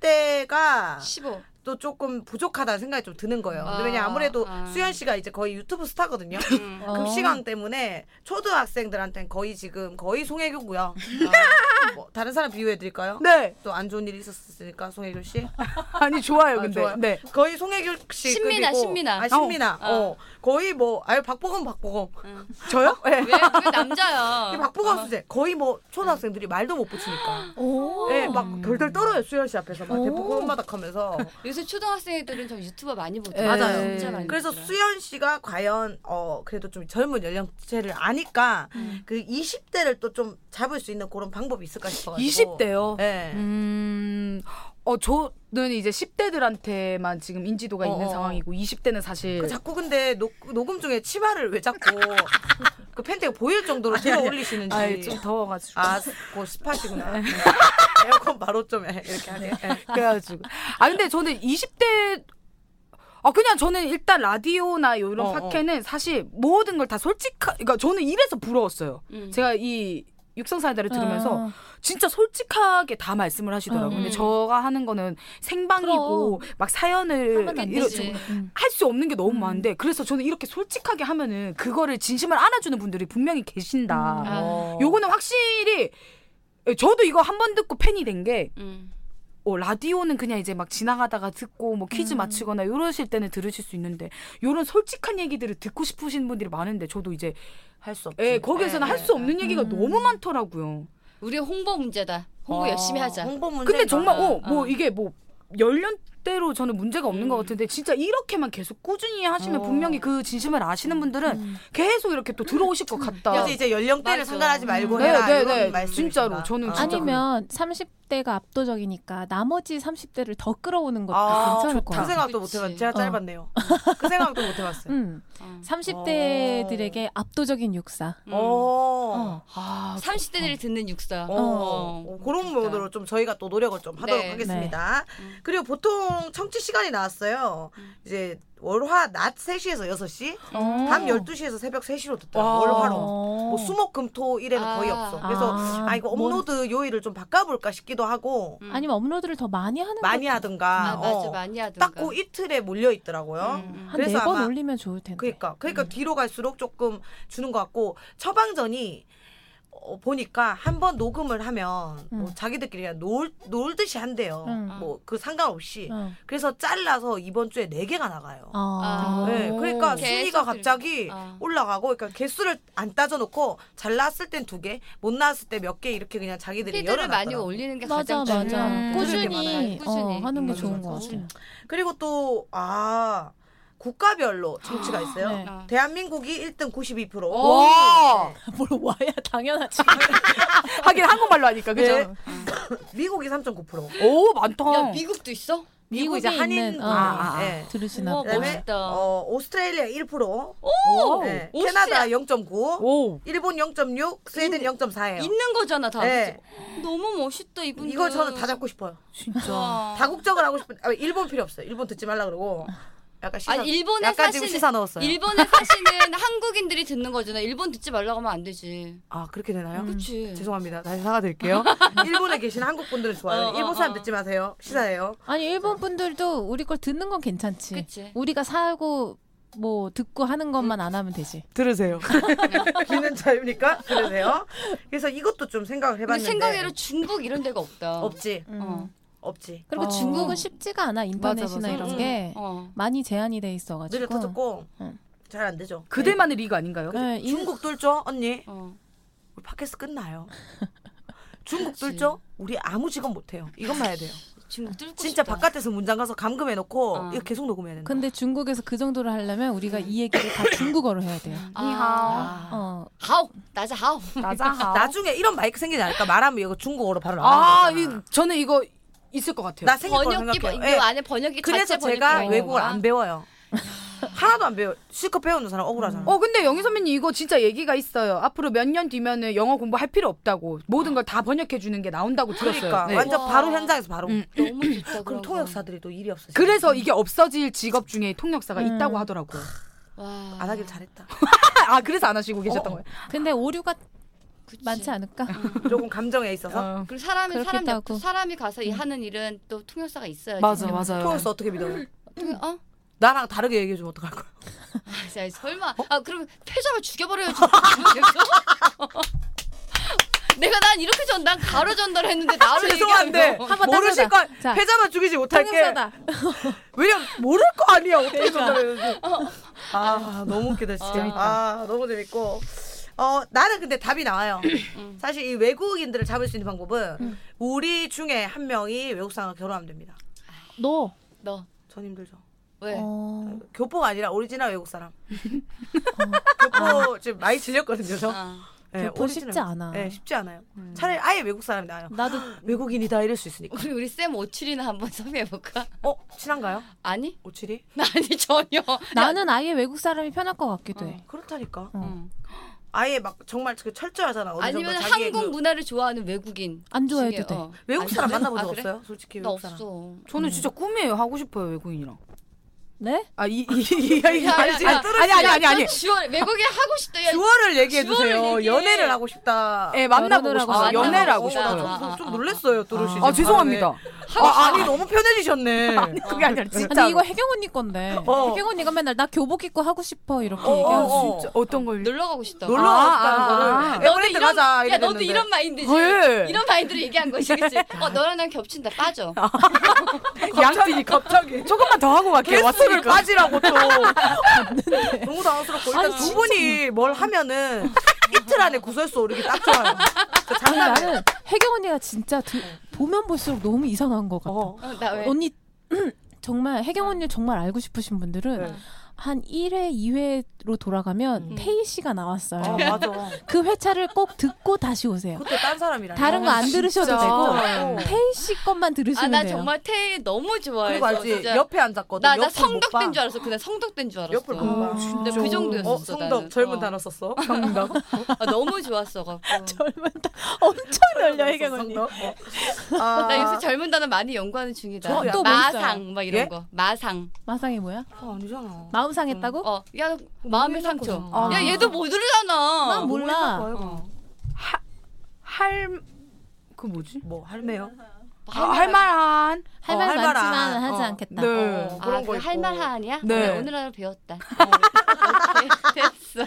[SPEAKER 1] 20대가
[SPEAKER 2] 15.
[SPEAKER 1] 또 조금 부족하다는 생각이 좀 드는 거예요.
[SPEAKER 2] 아,
[SPEAKER 1] 왜냐 아무래도
[SPEAKER 2] 아.
[SPEAKER 1] 수현 씨가 이제 거의 유튜브 스타거든요.
[SPEAKER 2] 음.
[SPEAKER 3] 어.
[SPEAKER 1] 급식왕 때문에 초등학생들한테는 거의 지금 거의 송혜교고요.
[SPEAKER 2] 아.
[SPEAKER 1] 뭐 다른 사람 비유해 드릴까요?
[SPEAKER 4] 네
[SPEAKER 1] 또 안 좋은 일이 있었으니까 송혜교 씨.
[SPEAKER 4] 아니 좋아요
[SPEAKER 1] 아,
[SPEAKER 4] 근데
[SPEAKER 1] 좋아요.
[SPEAKER 4] 네.
[SPEAKER 1] 거의 송혜교 씨
[SPEAKER 2] 신민아,
[SPEAKER 1] 급이고.
[SPEAKER 2] 신민아.
[SPEAKER 1] 아 신민아.
[SPEAKER 2] 어.
[SPEAKER 1] 어. 거의 뭐 아유 박보검 박보검.
[SPEAKER 2] 음.
[SPEAKER 1] 저요? 예.
[SPEAKER 2] 왜, 왜 남자야?
[SPEAKER 1] 이 박보검 수제 거의 뭐 초등학생들이 말도 못 붙이니까.
[SPEAKER 3] 오.
[SPEAKER 1] 예, 막 덜덜 떨어요 수현 씨 앞에서 막
[SPEAKER 3] 오.
[SPEAKER 1] 대포 마닥하면서
[SPEAKER 2] 요새 초등학생들은 저 유튜버 많이 보더라.
[SPEAKER 4] 예. 맞아요.
[SPEAKER 2] 진짜 많이
[SPEAKER 1] 그래서
[SPEAKER 2] 보더라.
[SPEAKER 1] 수현 씨가 과연 어 그래도 좀 젊은 연령대를 아니까
[SPEAKER 4] 음.
[SPEAKER 1] 그 20대를 또 좀 잡을 수 있는 그런 방법이 있을까 싶어가지고
[SPEAKER 4] 20대요.
[SPEAKER 1] 예.
[SPEAKER 4] 음, 어, 저는 이제 10대들한테만 지금 인지도가 있는
[SPEAKER 1] 어, 어.
[SPEAKER 4] 상황이고, 20대는 사실.
[SPEAKER 1] 그 자꾸 근데 녹, 녹음 중에 치마를 왜 자꾸 그 팬티가 보일 정도로 들어 올리시는지
[SPEAKER 4] 아이, 좀 더워가지고.
[SPEAKER 1] 아, 그 스팟이구나. 네. 에어컨 바로 좀 해, 이렇게 하게.
[SPEAKER 4] 네.
[SPEAKER 1] 예.
[SPEAKER 4] 그래가지고. 아, 근데 저는 20대, 아, 그냥 저는 일단 라디오나 이런
[SPEAKER 1] 어, 어.
[SPEAKER 4] 팟캐는 사실 모든 걸 다 솔직하, 그러니까 저는 이래서 부러웠어요.
[SPEAKER 2] 음.
[SPEAKER 4] 제가 이 육성사이다를 들으면서
[SPEAKER 3] 아.
[SPEAKER 4] 진짜 솔직하게 다 말씀을 하시더라고요.
[SPEAKER 3] 음.
[SPEAKER 4] 근데 제가 하는 거는 생방이고, 막 사연을
[SPEAKER 3] 하면 안
[SPEAKER 4] 이러-
[SPEAKER 2] 되지.
[SPEAKER 3] 음.
[SPEAKER 4] 할 수 없는 게 너무 많은데 그래서 저는 이렇게 솔직하게 하면은 그거를 진심을 안아주는 분들이 분명히
[SPEAKER 3] 음,
[SPEAKER 4] 계신다.
[SPEAKER 2] 아.
[SPEAKER 1] 어.
[SPEAKER 4] 요거는 확실히 저도 이거 한 번 듣고 팬이 된 게
[SPEAKER 2] 음.
[SPEAKER 4] 어, 라디오는 그냥 이제 막 지나가다가 듣고 뭐 퀴즈 맞히거나 요러실 때는 들으실 수 있는데 요런 솔직한 얘기들을 듣고 싶으신 분들이 많은데 저도 이제
[SPEAKER 1] 할수 없지.
[SPEAKER 4] 예, 거기에서는
[SPEAKER 2] 예,
[SPEAKER 4] 할
[SPEAKER 2] 예,
[SPEAKER 4] 수 없는 얘기가
[SPEAKER 3] 음.
[SPEAKER 4] 너무 많더라고요.
[SPEAKER 2] 우리 홍보 문제다. 홍보
[SPEAKER 1] 어,
[SPEAKER 2] 열심히 하자.
[SPEAKER 1] 홍보 문제.
[SPEAKER 4] 근데 정말 어, 뭐
[SPEAKER 2] 어.
[SPEAKER 4] 이게 뭐 연령대로 저는 문제가 없는 것
[SPEAKER 2] 음.
[SPEAKER 4] 같은데 진짜 이렇게만 계속 꾸준히 하시면
[SPEAKER 1] 어.
[SPEAKER 4] 분명히 그 진심을 아시는 분들은
[SPEAKER 3] 음.
[SPEAKER 4] 계속 이렇게 또 들어오실 것 같다.
[SPEAKER 1] 그래서 이제 연령대를
[SPEAKER 2] 맞아.
[SPEAKER 1] 상관하지 말고
[SPEAKER 4] 네,
[SPEAKER 1] 해라
[SPEAKER 4] 네,
[SPEAKER 1] 이런
[SPEAKER 4] 네.
[SPEAKER 1] 말씀
[SPEAKER 4] 진짜로. 저는 진짜
[SPEAKER 3] 아니면 30대가 압도적이니까 나머지 30대를 더 끌어오는 것도 괜찮을
[SPEAKER 1] 그
[SPEAKER 3] 거야.
[SPEAKER 1] 생각도 못 해봤. 제가
[SPEAKER 3] 그치.
[SPEAKER 1] 짧았네요. 그 생각도 못 해봤어요.
[SPEAKER 3] 음.
[SPEAKER 2] 어.
[SPEAKER 3] 30대들에게 압도적인 육사.
[SPEAKER 2] 음.
[SPEAKER 1] 어.
[SPEAKER 3] 어.
[SPEAKER 4] 아,
[SPEAKER 2] 30대들이 듣는 육사.
[SPEAKER 1] 어.
[SPEAKER 2] 어.
[SPEAKER 1] 어, 그런
[SPEAKER 2] 좋겠다.
[SPEAKER 1] 모드로 좀 저희가 또 노력을 좀 하도록
[SPEAKER 2] 네.
[SPEAKER 1] 하겠습니다.
[SPEAKER 2] 네.
[SPEAKER 1] 그리고 보통 청취 시간이 나왔어요. 이제 월화 낮 3시에서 6시, 밤 12시에서 새벽 3시로 듣더라고요.
[SPEAKER 4] 와.
[SPEAKER 1] 월화로. 뭐 수목금토 일에는
[SPEAKER 2] 아.
[SPEAKER 1] 거의 없어. 그래서
[SPEAKER 3] 어. 아.
[SPEAKER 1] 아, 이거 업로드 요일을 좀 바꿔볼까 싶기도 하고
[SPEAKER 2] 음.
[SPEAKER 3] 아니면 업로드를 더 많이 하는
[SPEAKER 1] 많이 하든가.
[SPEAKER 2] 아, 맞아
[SPEAKER 1] 어.
[SPEAKER 2] 많이 하던가.
[SPEAKER 1] 딱고 이틀에 몰려 있더라고요.
[SPEAKER 2] 음, 음.
[SPEAKER 1] 그래서
[SPEAKER 3] 한네 번 음.
[SPEAKER 1] 아마
[SPEAKER 3] 올리면 좋을 텐데.
[SPEAKER 1] 그러니까 그러니까 뒤로 갈수록 조금 주는 것 같고 처방전이 어, 보니까 한 번 녹음을 하면 뭐
[SPEAKER 3] 음.
[SPEAKER 1] 자기들끼리 그냥 놀, 놀듯이 한대요.
[SPEAKER 3] 음.
[SPEAKER 1] 뭐 그 상관없이.
[SPEAKER 3] 어.
[SPEAKER 1] 그래서 잘라서 이번 주에 네개가 나가요.
[SPEAKER 3] 아.
[SPEAKER 1] 네, 그러니까
[SPEAKER 2] 계속
[SPEAKER 1] 순위가
[SPEAKER 2] 들고.
[SPEAKER 1] 갑자기
[SPEAKER 2] 아.
[SPEAKER 1] 올라가고, 그러니까 개수를 안 따져놓고 잘 나왔을 땐 두 개, 못 나왔을 때 몇 개 이렇게 그냥 자기들이
[SPEAKER 2] 필드를 많이
[SPEAKER 1] 열어놨더라고.
[SPEAKER 2] 올리는 게
[SPEAKER 3] 맞아
[SPEAKER 2] 그러니까 가장
[SPEAKER 3] 맞아
[SPEAKER 2] 중요한 음,
[SPEAKER 3] 꾸준히, 어, 하는 게
[SPEAKER 1] 맞아,
[SPEAKER 3] 좋은
[SPEAKER 1] 맞아.
[SPEAKER 3] 것 같아요.
[SPEAKER 1] 그리고 또 아. 국가별로 정치가 있어요.
[SPEAKER 3] 네.
[SPEAKER 2] 어.
[SPEAKER 1] 대한민국이 1등 92%.
[SPEAKER 4] 오!
[SPEAKER 3] 뭘 와야 당연하지.
[SPEAKER 4] 하긴 한국말로 하니까 그죠?
[SPEAKER 1] 네. 미국이 3.9%.
[SPEAKER 4] 오 많다.
[SPEAKER 2] 야 미국도 있어?
[SPEAKER 1] 미국 이제
[SPEAKER 3] 미국에
[SPEAKER 1] 한인
[SPEAKER 3] 있는,
[SPEAKER 1] 분.
[SPEAKER 3] 어,
[SPEAKER 4] 아, 아.
[SPEAKER 1] 예.
[SPEAKER 3] 들으시나
[SPEAKER 2] 우와,
[SPEAKER 3] 보다.
[SPEAKER 1] 그다음에
[SPEAKER 2] 멋있다.
[SPEAKER 1] 어, 오스트레일리아 1%.
[SPEAKER 4] 오.
[SPEAKER 1] 예.
[SPEAKER 2] 오스트레-
[SPEAKER 1] 캐나다 0.9.
[SPEAKER 4] 오.
[SPEAKER 1] 일본 0.6, 스웨덴 0.4예요.
[SPEAKER 2] 있는 거잖아 다.
[SPEAKER 1] 네.
[SPEAKER 2] 그치? 너무 멋있다 이분들.
[SPEAKER 1] 이거 저는 다 잡고 싶어요.
[SPEAKER 4] 진짜.
[SPEAKER 2] 와.
[SPEAKER 1] 다국적을 하고 싶은 아, 일본 필요 없어요. 일본 듣지 말라 그러고. 약간 시사.
[SPEAKER 2] 아니, 일본에
[SPEAKER 1] 약간 지금
[SPEAKER 2] 사시는-
[SPEAKER 1] 시사 넣었어요.
[SPEAKER 2] 일본에 사시는 한국인들이 듣는 거잖아. 일본 듣지 말라고 하면 안 되지.
[SPEAKER 1] 아, 그렇게 되나요?
[SPEAKER 2] 그렇지.
[SPEAKER 1] 죄송합니다. 다시 사과드릴게요. 일본에 계신 한국 분들은 좋아요.
[SPEAKER 2] 어, 어,
[SPEAKER 1] 일본 사람
[SPEAKER 2] 어.
[SPEAKER 1] 듣지 마세요. 시사예요.
[SPEAKER 3] 아니 일본 분들도 우리 걸 듣는 건 괜찮지.
[SPEAKER 2] 그치.
[SPEAKER 3] 우리가 사고 뭐 듣고 하는 것만 안 하면 되지.
[SPEAKER 4] 들으세요.
[SPEAKER 1] 귀는 자유니까 그러세요. 그래서 이것도 좀 생각을
[SPEAKER 2] 근데
[SPEAKER 1] 해봤는데
[SPEAKER 2] 생각외로 중국 이런 데가 없다.
[SPEAKER 1] 없지,
[SPEAKER 3] 음.
[SPEAKER 2] 어.
[SPEAKER 1] 없지.
[SPEAKER 3] 그리고
[SPEAKER 4] 어.
[SPEAKER 3] 중국은 쉽지가 않아 인터넷이나
[SPEAKER 4] 맞아, 맞아.
[SPEAKER 3] 이런
[SPEAKER 2] 음,
[SPEAKER 3] 게
[SPEAKER 2] 어.
[SPEAKER 3] 많이 제한이 돼
[SPEAKER 1] 늘려
[SPEAKER 3] 있어가지고.
[SPEAKER 1] 터졌고
[SPEAKER 3] 응.
[SPEAKER 1] 잘 안 되죠.
[SPEAKER 4] 그들만의 리그 아닌가요?
[SPEAKER 3] 네,
[SPEAKER 1] 네.
[SPEAKER 3] 인-
[SPEAKER 1] 중국 뚫죠, 언니.
[SPEAKER 2] 어.
[SPEAKER 1] 우리 팟캐스트 끝나요. 중국
[SPEAKER 2] 그치.
[SPEAKER 1] 뚫죠? 우리 아무 직업 못해요. 이것만 해야 돼요.
[SPEAKER 2] 중국 뚫고
[SPEAKER 1] 진짜
[SPEAKER 2] 싶다.
[SPEAKER 1] 바깥에서 문장 가서 감금해놓고
[SPEAKER 2] 어.
[SPEAKER 1] 이거 계속 녹음해야 된다.
[SPEAKER 3] 근데 중국에서 그 정도를 하려면 우리가 이 얘기를 다 중국어로 해야 돼요.
[SPEAKER 2] 아.
[SPEAKER 4] 니하오.
[SPEAKER 3] 어,
[SPEAKER 2] 하오. 나자 하오.
[SPEAKER 4] 나자하.
[SPEAKER 1] 나중에 이런 마이크 생기지 않을까? 말하면 이거 중국어로 바로 나와.
[SPEAKER 4] 아, 이, 저는 이거 있을 것 같아요.
[SPEAKER 1] 나 생길 거라
[SPEAKER 2] 번역기 번-
[SPEAKER 1] 생각해요.
[SPEAKER 2] 이거
[SPEAKER 1] 예.
[SPEAKER 2] 안에 번역기
[SPEAKER 1] 그래서
[SPEAKER 2] 자체 번역기 아,
[SPEAKER 1] 제가
[SPEAKER 2] 들어간
[SPEAKER 1] 외국어를
[SPEAKER 2] 거야?
[SPEAKER 1] 안 배워요. 하나도 안 배워요. 실컷 배우는 사람 억울하잖아.
[SPEAKER 4] 어 근데 영희 선배님 이거 진짜 얘기가 있어요. 앞으로 몇 년 뒤면은 영어 공부할 필요 없다고 모든 걸 다 번역해 주는 게 나온다고 들었어요.
[SPEAKER 1] 그러니까
[SPEAKER 4] 네.
[SPEAKER 1] 완전
[SPEAKER 2] 와.
[SPEAKER 1] 바로 현장에서 바로.
[SPEAKER 4] 음.
[SPEAKER 2] 너무 좋다.
[SPEAKER 1] 그럼
[SPEAKER 2] 그런 거.
[SPEAKER 1] 통역사들이 또 일이 없어져.
[SPEAKER 4] 그래서 이게 없어질 직업 중에 통역사가
[SPEAKER 3] 음.
[SPEAKER 4] 있다고 하더라고요.
[SPEAKER 2] 와.
[SPEAKER 1] 안 하길 잘했다.
[SPEAKER 4] 아 그래서 안 하시고 계셨던
[SPEAKER 1] 어,
[SPEAKER 4] 거예요.
[SPEAKER 3] 근데 오류가
[SPEAKER 2] 그치.
[SPEAKER 3] 많지 않을까?
[SPEAKER 1] 조금 감정에 있어서.
[SPEAKER 4] 어.
[SPEAKER 2] 그리고 사람은
[SPEAKER 3] 그렇기도
[SPEAKER 2] 사람
[SPEAKER 3] 하고.
[SPEAKER 2] 옆, 사람이 가서 이 하는 일은 또 통역사가 있어야지.
[SPEAKER 4] 맞아요.
[SPEAKER 1] 통역사 어떻게 믿어요?
[SPEAKER 2] 통역- 어?
[SPEAKER 1] 나랑 다르게 얘기해 주면 어떡할 거야?
[SPEAKER 2] 아, 진짜 설마.
[SPEAKER 1] 어?
[SPEAKER 2] 아, 그럼 패자가 죽여버려요. 죽여버려요? 내가 난 이렇게 전, 난 가로 전달을 했는데 나를
[SPEAKER 1] 죄송한데
[SPEAKER 2] 얘기하고.
[SPEAKER 3] 한번
[SPEAKER 1] 모르실
[SPEAKER 3] 따져봐.
[SPEAKER 1] 건
[SPEAKER 3] 자.
[SPEAKER 1] 패자만 죽이지 못할 게
[SPEAKER 3] 통역사다.
[SPEAKER 1] 왜냐면 모를 거 아니야 어떻게
[SPEAKER 3] 그러니까.
[SPEAKER 1] 전달해야지 아 너무 웃기다 진짜 아 너무 재밌고 어 나는 근데 답이 나와요
[SPEAKER 3] 음.
[SPEAKER 1] 사실 이 외국인들을 잡을 수 있는 방법은 우리 중에 한 명이 외국 사람과 결혼하면 됩니다
[SPEAKER 3] 너.
[SPEAKER 2] 너
[SPEAKER 1] 전 힘들죠
[SPEAKER 2] 왜?
[SPEAKER 3] 어.
[SPEAKER 1] 교포가 아니라 오리지널 외국 사람 교포 지금 많이 질렸거든요 저
[SPEAKER 2] 아,
[SPEAKER 1] 네,
[SPEAKER 3] 아. 교포
[SPEAKER 1] 오리지널
[SPEAKER 3] 쉽지
[SPEAKER 1] 외국 사람.
[SPEAKER 3] 않아. 음.
[SPEAKER 1] 네, 쉽지 않아요 차라리 아예 외국 사람이 나아요
[SPEAKER 3] 나도
[SPEAKER 1] 외국인이다 이럴 수 있으니까
[SPEAKER 2] 우리 우리 쌤 오칠이나 한번 섭외해볼까?
[SPEAKER 1] 어 친한가요
[SPEAKER 2] 아니?
[SPEAKER 1] 오칠이
[SPEAKER 2] 아니 전혀.
[SPEAKER 3] 나는 아예 외국 사람이 편할 것 같기도
[SPEAKER 1] 어.
[SPEAKER 3] 해.
[SPEAKER 4] 어.
[SPEAKER 1] 그렇다니까
[SPEAKER 2] 응.
[SPEAKER 1] 아예 막 정말 그 철저하잖아 어느
[SPEAKER 2] 아니면
[SPEAKER 1] 정도 자기의
[SPEAKER 2] 한국
[SPEAKER 1] 그
[SPEAKER 2] 문화를 좋아하는 외국인.
[SPEAKER 3] 안 좋아해도
[SPEAKER 2] 중에,
[SPEAKER 3] 돼.
[SPEAKER 2] 어.
[SPEAKER 1] 외국 사람
[SPEAKER 2] 아니면-
[SPEAKER 1] 만나본 적
[SPEAKER 2] 아, 그래?
[SPEAKER 1] 없어요? 솔직히
[SPEAKER 2] 나
[SPEAKER 1] 외국 사람.
[SPEAKER 2] 없어.
[SPEAKER 4] 저는 진짜 꿈이에요. 하고 싶어요 외국인이랑.
[SPEAKER 3] 네?
[SPEAKER 4] 아이이이 아니
[SPEAKER 2] 야, 야,
[SPEAKER 4] 아니
[SPEAKER 2] 야,
[SPEAKER 4] 아니 아니 아니.
[SPEAKER 2] 주얼 외국인 하고 싶다. 야,
[SPEAKER 1] 주어를 얘기해
[SPEAKER 2] 주어를
[SPEAKER 1] 주세요.
[SPEAKER 2] 얘기해.
[SPEAKER 1] 연애를 하고 싶다.
[SPEAKER 4] 예 만나보고
[SPEAKER 3] 결혼을 하고
[SPEAKER 4] 싶어요.
[SPEAKER 2] 싶어요.
[SPEAKER 4] 연애를
[SPEAKER 2] 어,
[SPEAKER 4] 하고
[SPEAKER 1] 나
[SPEAKER 4] 싶어요.
[SPEAKER 2] 아,
[SPEAKER 1] 좀,
[SPEAKER 2] 아,
[SPEAKER 1] 좀
[SPEAKER 2] 아.
[SPEAKER 1] 놀랬어요, 또르시.
[SPEAKER 4] 아 죄송합니다.
[SPEAKER 1] 아, 아니 너무 편해지셨네.
[SPEAKER 4] 그게 아니라 진짜.
[SPEAKER 3] 아니 이거 혜경 언니 건데.
[SPEAKER 1] 어.
[SPEAKER 3] 혜경 언니가 맨날 나 교복 입고 하고 싶어 이렇게
[SPEAKER 1] 어,
[SPEAKER 3] 얘기하고.
[SPEAKER 1] 어, 어.
[SPEAKER 4] 아, 진짜 어떤 걸?
[SPEAKER 2] 놀러 가고 싶다.
[SPEAKER 1] 놀러
[SPEAKER 4] 아,
[SPEAKER 1] 왔다는
[SPEAKER 4] 아, 아.
[SPEAKER 1] 거를. 에버랜드 가자.
[SPEAKER 2] 야
[SPEAKER 1] 이랬는데.
[SPEAKER 2] 너도 이런 마인드지.
[SPEAKER 4] 왜?
[SPEAKER 2] 이런 마인드로 얘기한 것이겠지. 어 너랑 난 겹친다. 빠져.
[SPEAKER 1] 아,
[SPEAKER 4] 양띠 갑자기 조금만 더 하고 갈게요.
[SPEAKER 1] 개수를
[SPEAKER 4] 왔으니까.
[SPEAKER 1] 빠지라고 또. 너무 당황스럽고 일단
[SPEAKER 3] 아니,
[SPEAKER 1] 두 분이
[SPEAKER 2] 뭐.
[SPEAKER 1] 뭘 하면은 이틀 안에 구설수 오르기 딱 좋아요. 진짜
[SPEAKER 3] 아니
[SPEAKER 1] 장난 아니에요.
[SPEAKER 3] 나는 혜경 언니가 진짜 드- 보면 볼수록 너무 이상한 것 같아.
[SPEAKER 1] 어.
[SPEAKER 2] 어, 나 왜?
[SPEAKER 3] 언니 정말 혜경 언니를 정말 알고 싶으신 분들은
[SPEAKER 1] 네.
[SPEAKER 3] 한 1회, 2회로 돌아가면
[SPEAKER 1] 음.
[SPEAKER 3] 페이 씨가 나왔어요.
[SPEAKER 1] 아 맞아.
[SPEAKER 3] 그 회차를 꼭 듣고 다시 오세요.
[SPEAKER 1] 그때 딴 사람이랑.
[SPEAKER 3] 다른 거 안 들으셔도
[SPEAKER 4] 아.
[SPEAKER 3] 되고
[SPEAKER 1] 어.
[SPEAKER 3] 페이 씨 것만
[SPEAKER 2] 아
[SPEAKER 3] 들으시면
[SPEAKER 2] 나
[SPEAKER 3] 돼요.
[SPEAKER 2] 정말 태희 너무 좋아해.
[SPEAKER 1] 그리고 알지
[SPEAKER 2] 진짜.
[SPEAKER 1] 옆에 앉았거든.
[SPEAKER 2] 나, 나
[SPEAKER 1] 옆을 못 봐.
[SPEAKER 2] 성덕된 줄 알았어. 그냥 성덕된 줄 알았어.
[SPEAKER 1] 옆을 못 봐.
[SPEAKER 2] 근데 그 정도였어.
[SPEAKER 1] 어, 성덕
[SPEAKER 2] 나는.
[SPEAKER 1] 젊은
[SPEAKER 2] 어.
[SPEAKER 1] 단어 썼어. 성덕.
[SPEAKER 2] 아, 너무 좋았어 갖고.
[SPEAKER 3] 젊은 딸 엄청 열려 혜경 언니.
[SPEAKER 1] 성덕. 어. 아,
[SPEAKER 2] 나 요새 젊은 단어 많이 연구하는 중이다.
[SPEAKER 1] 저요?
[SPEAKER 3] 또뭐 있어요?
[SPEAKER 2] 마상 막 이런
[SPEAKER 1] 예?
[SPEAKER 2] 거. 마상.
[SPEAKER 3] 마상이 뭐야?
[SPEAKER 1] 아, 아니잖아.
[SPEAKER 3] 마음 상했다고?
[SPEAKER 2] 어, 야 마음의 상처.
[SPEAKER 4] 거잖아.
[SPEAKER 2] 야 얘도
[SPEAKER 1] 뭐
[SPEAKER 2] 못
[SPEAKER 3] 난
[SPEAKER 2] 울잖아.
[SPEAKER 3] 몰라.
[SPEAKER 1] 어.
[SPEAKER 4] 할... 그 뭐지?
[SPEAKER 1] 뭐 할매요?
[SPEAKER 2] 뭐
[SPEAKER 4] 아, 할만한
[SPEAKER 3] 할
[SPEAKER 1] 어,
[SPEAKER 3] 말
[SPEAKER 1] 할 말아.
[SPEAKER 3] 많지만 하지
[SPEAKER 1] 어.
[SPEAKER 3] 않겠다.
[SPEAKER 4] 네.
[SPEAKER 1] 어.
[SPEAKER 2] 아,
[SPEAKER 1] 그런
[SPEAKER 2] 그
[SPEAKER 1] 거
[SPEAKER 2] 할
[SPEAKER 1] 있고.
[SPEAKER 2] 말 하냐?
[SPEAKER 4] 네.
[SPEAKER 2] 오늘 오늘 하나 배웠다. 어, 오케이, 됐어.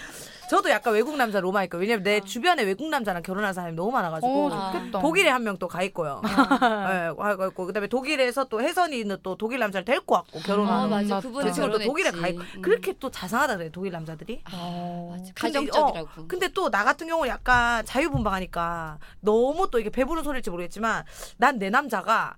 [SPEAKER 1] 저도 약간 외국 남자 로망 있고 왜냐면 내 주변에 외국 남자랑 결혼한 사람이 너무 많아가지고
[SPEAKER 4] 어, 좋겠다.
[SPEAKER 1] 독일에 한 명 또 가 있고요.
[SPEAKER 2] 아.
[SPEAKER 1] 예, 가 있고 그다음에 독일에서 또 혜선이 있는 또 독일 남자를 데리고 왔고
[SPEAKER 2] 아,
[SPEAKER 1] 결혼하는.
[SPEAKER 2] 맞아.
[SPEAKER 3] 맞다.
[SPEAKER 2] 그분은
[SPEAKER 1] 그 친구도
[SPEAKER 2] 결혼했지.
[SPEAKER 1] 독일에 가 있고
[SPEAKER 2] 음.
[SPEAKER 1] 그렇게 또 자상하다 그래 독일 남자들이.
[SPEAKER 2] 맞아. 가정적이라고.
[SPEAKER 1] 근데, 또 나 같은 경우는 약간 자유분방하니까 너무 또 이게 배부른 소리일지 모르겠지만 난 내 남자가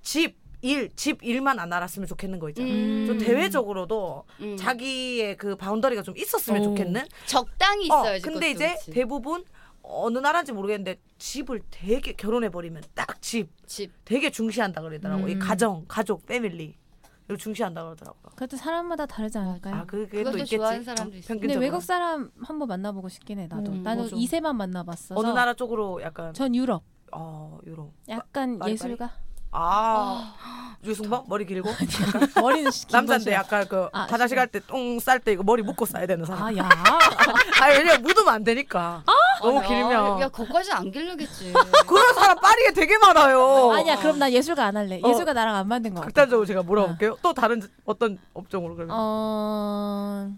[SPEAKER 1] 집 일, 집 일만 안 알았으면 좋겠는 거 있잖아.
[SPEAKER 2] 음.
[SPEAKER 1] 좀 대외적으로도
[SPEAKER 2] 음.
[SPEAKER 1] 자기의 그 바운더리가 좀 있었으면
[SPEAKER 3] 오.
[SPEAKER 1] 좋겠는.
[SPEAKER 2] 적당히 있어야지.
[SPEAKER 1] 근데
[SPEAKER 2] 그것도
[SPEAKER 1] 이제
[SPEAKER 2] 그치.
[SPEAKER 1] 대부분 어느 나라인지 모르겠는데 집을 되게 결혼해 버리면 딱 집
[SPEAKER 2] 집.
[SPEAKER 1] 되게 중시한다 그러더라고. 이
[SPEAKER 3] 음.
[SPEAKER 1] 가정, 가족, 패밀리 이걸 중시한다 그러더라고.
[SPEAKER 3] 그래도 사람마다 다르지 않을까요?
[SPEAKER 1] 아, 그게 또
[SPEAKER 2] 그것도
[SPEAKER 1] 있겠지.
[SPEAKER 2] 좋아하는 사람도 있어.
[SPEAKER 3] 근데
[SPEAKER 1] 평균적으로.
[SPEAKER 3] 외국 사람 한번 만나보고 싶긴 해 나도.
[SPEAKER 1] 음,
[SPEAKER 3] 나도
[SPEAKER 1] 맞아.
[SPEAKER 3] 이세만 만나봤어서.
[SPEAKER 1] 어느 나라 쪽으로 약간
[SPEAKER 3] 전 유럽.
[SPEAKER 1] 어 유럽.
[SPEAKER 3] 약간
[SPEAKER 1] 빨리,
[SPEAKER 3] 예술가.
[SPEAKER 1] 아 유승범 머리 길고
[SPEAKER 3] 머리는 긴
[SPEAKER 1] 남잔데
[SPEAKER 3] 것이야.
[SPEAKER 1] 약간 그
[SPEAKER 3] 아,
[SPEAKER 1] 화장실 갈 때 똥 쌀 때 이거 머리 묶고 싸야 되는 사람.
[SPEAKER 3] 아 야.
[SPEAKER 1] 아 왜냐 면 묻으면 안 되니까. 너무
[SPEAKER 2] 야, 어, 야,
[SPEAKER 1] 길면
[SPEAKER 2] 거기까지는 안 길르겠지.
[SPEAKER 1] 그런 사람 파리에 되게 많아요.
[SPEAKER 3] 아니야 그럼 나 예술가 안 할래.
[SPEAKER 1] 어.
[SPEAKER 3] 예술가 나랑 안 맞는 거 같아.
[SPEAKER 1] 극단적으로 제가 물어볼게요. 또 다른 어떤 업종으로 그러면?
[SPEAKER 3] 어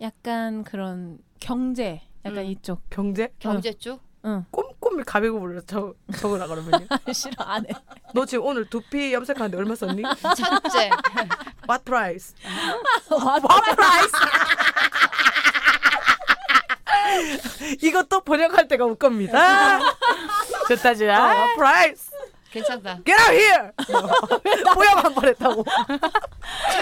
[SPEAKER 3] 약간 그런 경제 약간
[SPEAKER 2] 음.
[SPEAKER 3] 이쪽
[SPEAKER 1] 경제?
[SPEAKER 2] 경제 쪽?
[SPEAKER 3] 응
[SPEAKER 1] 꼼꼼히 가리고 불러 저 적으라 그러면
[SPEAKER 3] 싫어 안해
[SPEAKER 1] 너 지금 오늘 두피 염색하는데 얼마 썼니?
[SPEAKER 2] 첫째.
[SPEAKER 1] What price?
[SPEAKER 3] 와
[SPEAKER 1] 이것도 번역할 때가 올 겁니다. 좋다 지라. What price?
[SPEAKER 2] 괜찮다.
[SPEAKER 1] Get out here! 뭐야 한번 했다고.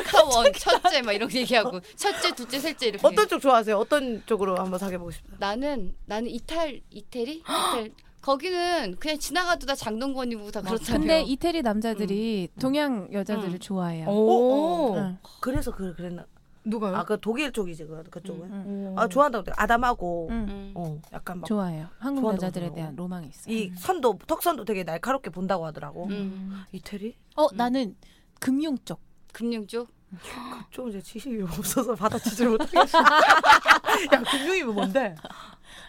[SPEAKER 2] 카원 첫째 막 이런 얘기하고 첫째, 둘째, 셋째 이렇게.
[SPEAKER 1] 어떤 쪽 좋아하세요? 어떤 쪽으로 한번 사귀어보고 싶어요?
[SPEAKER 2] 나는 나는 이탈 이태리? 이탈 거기는 그냥 지나가도 다 장동건이고 다 그렇잖아요.
[SPEAKER 3] 근데 이태리 남자들이
[SPEAKER 1] 음.
[SPEAKER 3] 동양 여자들을
[SPEAKER 2] 응.
[SPEAKER 3] 좋아해요.
[SPEAKER 4] 오,
[SPEAKER 3] 응.
[SPEAKER 1] 그래서 그 그랬나?
[SPEAKER 4] 어, 누가요?
[SPEAKER 1] 어, 아그 독일 쪽이지 그 그쪽은.
[SPEAKER 3] 응.
[SPEAKER 4] 오.
[SPEAKER 1] 아 좋아한다고 그래. 아담하고.
[SPEAKER 3] 응.
[SPEAKER 2] 음.
[SPEAKER 1] 어 약간 막.
[SPEAKER 3] 좋아해요. 한국
[SPEAKER 1] 좋아하는
[SPEAKER 3] 여자들에
[SPEAKER 1] 거구나.
[SPEAKER 3] 대한 로망이 있어요.
[SPEAKER 1] 이 선도 턱선도 되게 날카롭게 본다고 하더라고.
[SPEAKER 2] 음.
[SPEAKER 1] 이태리?
[SPEAKER 3] 어 나는
[SPEAKER 1] 음.
[SPEAKER 3] 금융 쪽.
[SPEAKER 2] 금융 쪽?
[SPEAKER 1] 좀 이제 지식이 없어서 받아치질 못하겠어. 야 금융이면 뭐 뭔데?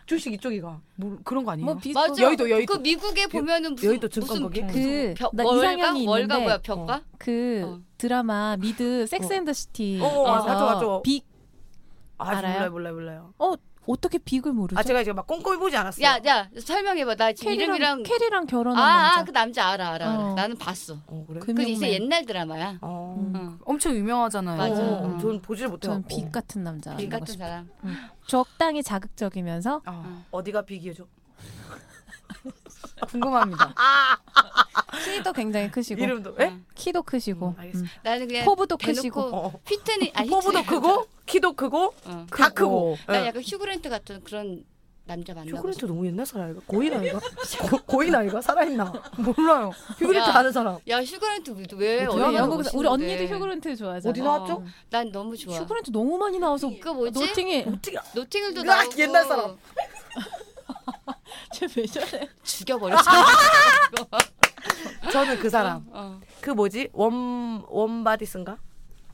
[SPEAKER 1] 주식 이쪽이가.
[SPEAKER 4] 뭐, 그런 거 아니에요?
[SPEAKER 3] 뭐 비슷.
[SPEAKER 2] 맞아.
[SPEAKER 4] 여의도, 여의도.
[SPEAKER 2] 그 미국에 보면은 무슨
[SPEAKER 1] 여의도 증권
[SPEAKER 2] 무슨
[SPEAKER 1] 거기?
[SPEAKER 3] 그,
[SPEAKER 2] 벼-
[SPEAKER 3] 나
[SPEAKER 2] 월가?
[SPEAKER 3] 이상형이
[SPEAKER 2] 월가
[SPEAKER 3] 있는데, 어.
[SPEAKER 2] 뭐야 벽가?
[SPEAKER 3] 그
[SPEAKER 2] 어.
[SPEAKER 3] 드라마 미드 섹스 앤더 시티.
[SPEAKER 1] 어, 맞아, 맞아.
[SPEAKER 3] 빅
[SPEAKER 1] 아 몰라요
[SPEAKER 3] 알아요?
[SPEAKER 1] 몰라요 몰라요.
[SPEAKER 3] 어떻게 빅을 모르죠?
[SPEAKER 1] 아 제가 이제 막 꼼꼼히 보지 않았어요.
[SPEAKER 2] 야, 야, 설명해봐. 나 지금
[SPEAKER 3] 캐리랑
[SPEAKER 2] 이름이랑
[SPEAKER 3] 캐리랑 결혼한
[SPEAKER 2] 아, 아, 그
[SPEAKER 3] 남자.
[SPEAKER 2] 남자 알아, 알아, 알아.
[SPEAKER 3] 어.
[SPEAKER 2] 나는 봤어.
[SPEAKER 1] 어 그래?
[SPEAKER 2] 그
[SPEAKER 3] 금융맨.
[SPEAKER 2] 이제 옛날 드라마야.
[SPEAKER 1] 어.
[SPEAKER 3] 음.
[SPEAKER 2] 응.
[SPEAKER 4] 엄청 유명하잖아요.
[SPEAKER 2] 맞아.
[SPEAKER 1] 어, 어,
[SPEAKER 2] 음.
[SPEAKER 1] 전 보질 못해요.
[SPEAKER 3] 전빅 같은 남자.
[SPEAKER 2] 빅
[SPEAKER 3] 만나고
[SPEAKER 2] 같은
[SPEAKER 3] 싶어요.
[SPEAKER 2] 사람.
[SPEAKER 3] 적당히 자극적이면서
[SPEAKER 4] 아,
[SPEAKER 1] 어디가 비교죠?
[SPEAKER 4] 궁금합니다.
[SPEAKER 3] 키도 굉장히 크시고
[SPEAKER 1] 이름도 예?
[SPEAKER 3] 키도 크시고
[SPEAKER 1] 음, 알겠습니다.
[SPEAKER 3] 음.
[SPEAKER 2] 나는 그냥
[SPEAKER 3] 포부도
[SPEAKER 2] 대놓고
[SPEAKER 3] 크시고.
[SPEAKER 1] 어. 어.
[SPEAKER 2] 휘트니 아니
[SPEAKER 1] 포부도 크고 키도 크고
[SPEAKER 2] 어.
[SPEAKER 1] 다 크고.
[SPEAKER 2] 난
[SPEAKER 1] 예.
[SPEAKER 2] 약간 휴그랜트 같은 그런 남자 만나고.
[SPEAKER 1] 휴그랜트 너무 옛날 사람 아이가? 고인 아이가? 고, 고인 아이가? 살아있나?
[SPEAKER 4] 몰라요.
[SPEAKER 1] 휴그랜트
[SPEAKER 2] 야.
[SPEAKER 1] 아는 사람
[SPEAKER 2] 싶어. 야, 휴그랜트 우리 왜
[SPEAKER 3] 우리
[SPEAKER 2] 얼마나
[SPEAKER 3] 영국에서 어, 우리
[SPEAKER 2] 멋있는데.
[SPEAKER 3] 언니도 휴그랜트 좋아하잖아.
[SPEAKER 1] 어디 나왔죠?
[SPEAKER 2] 난 너무 좋아.
[SPEAKER 3] 휴그랜트 너무 많이 나와서
[SPEAKER 2] 그 뭐지?
[SPEAKER 3] 노팅이
[SPEAKER 1] 어떻게
[SPEAKER 2] 노팅힐도
[SPEAKER 1] 으악,
[SPEAKER 2] 나오고.
[SPEAKER 1] 옛날 사람.
[SPEAKER 3] 쟤왜 저래?
[SPEAKER 2] 죽여버려.
[SPEAKER 1] 저는 그 사람
[SPEAKER 2] 어.
[SPEAKER 1] 그 뭐지 원 원바디슨가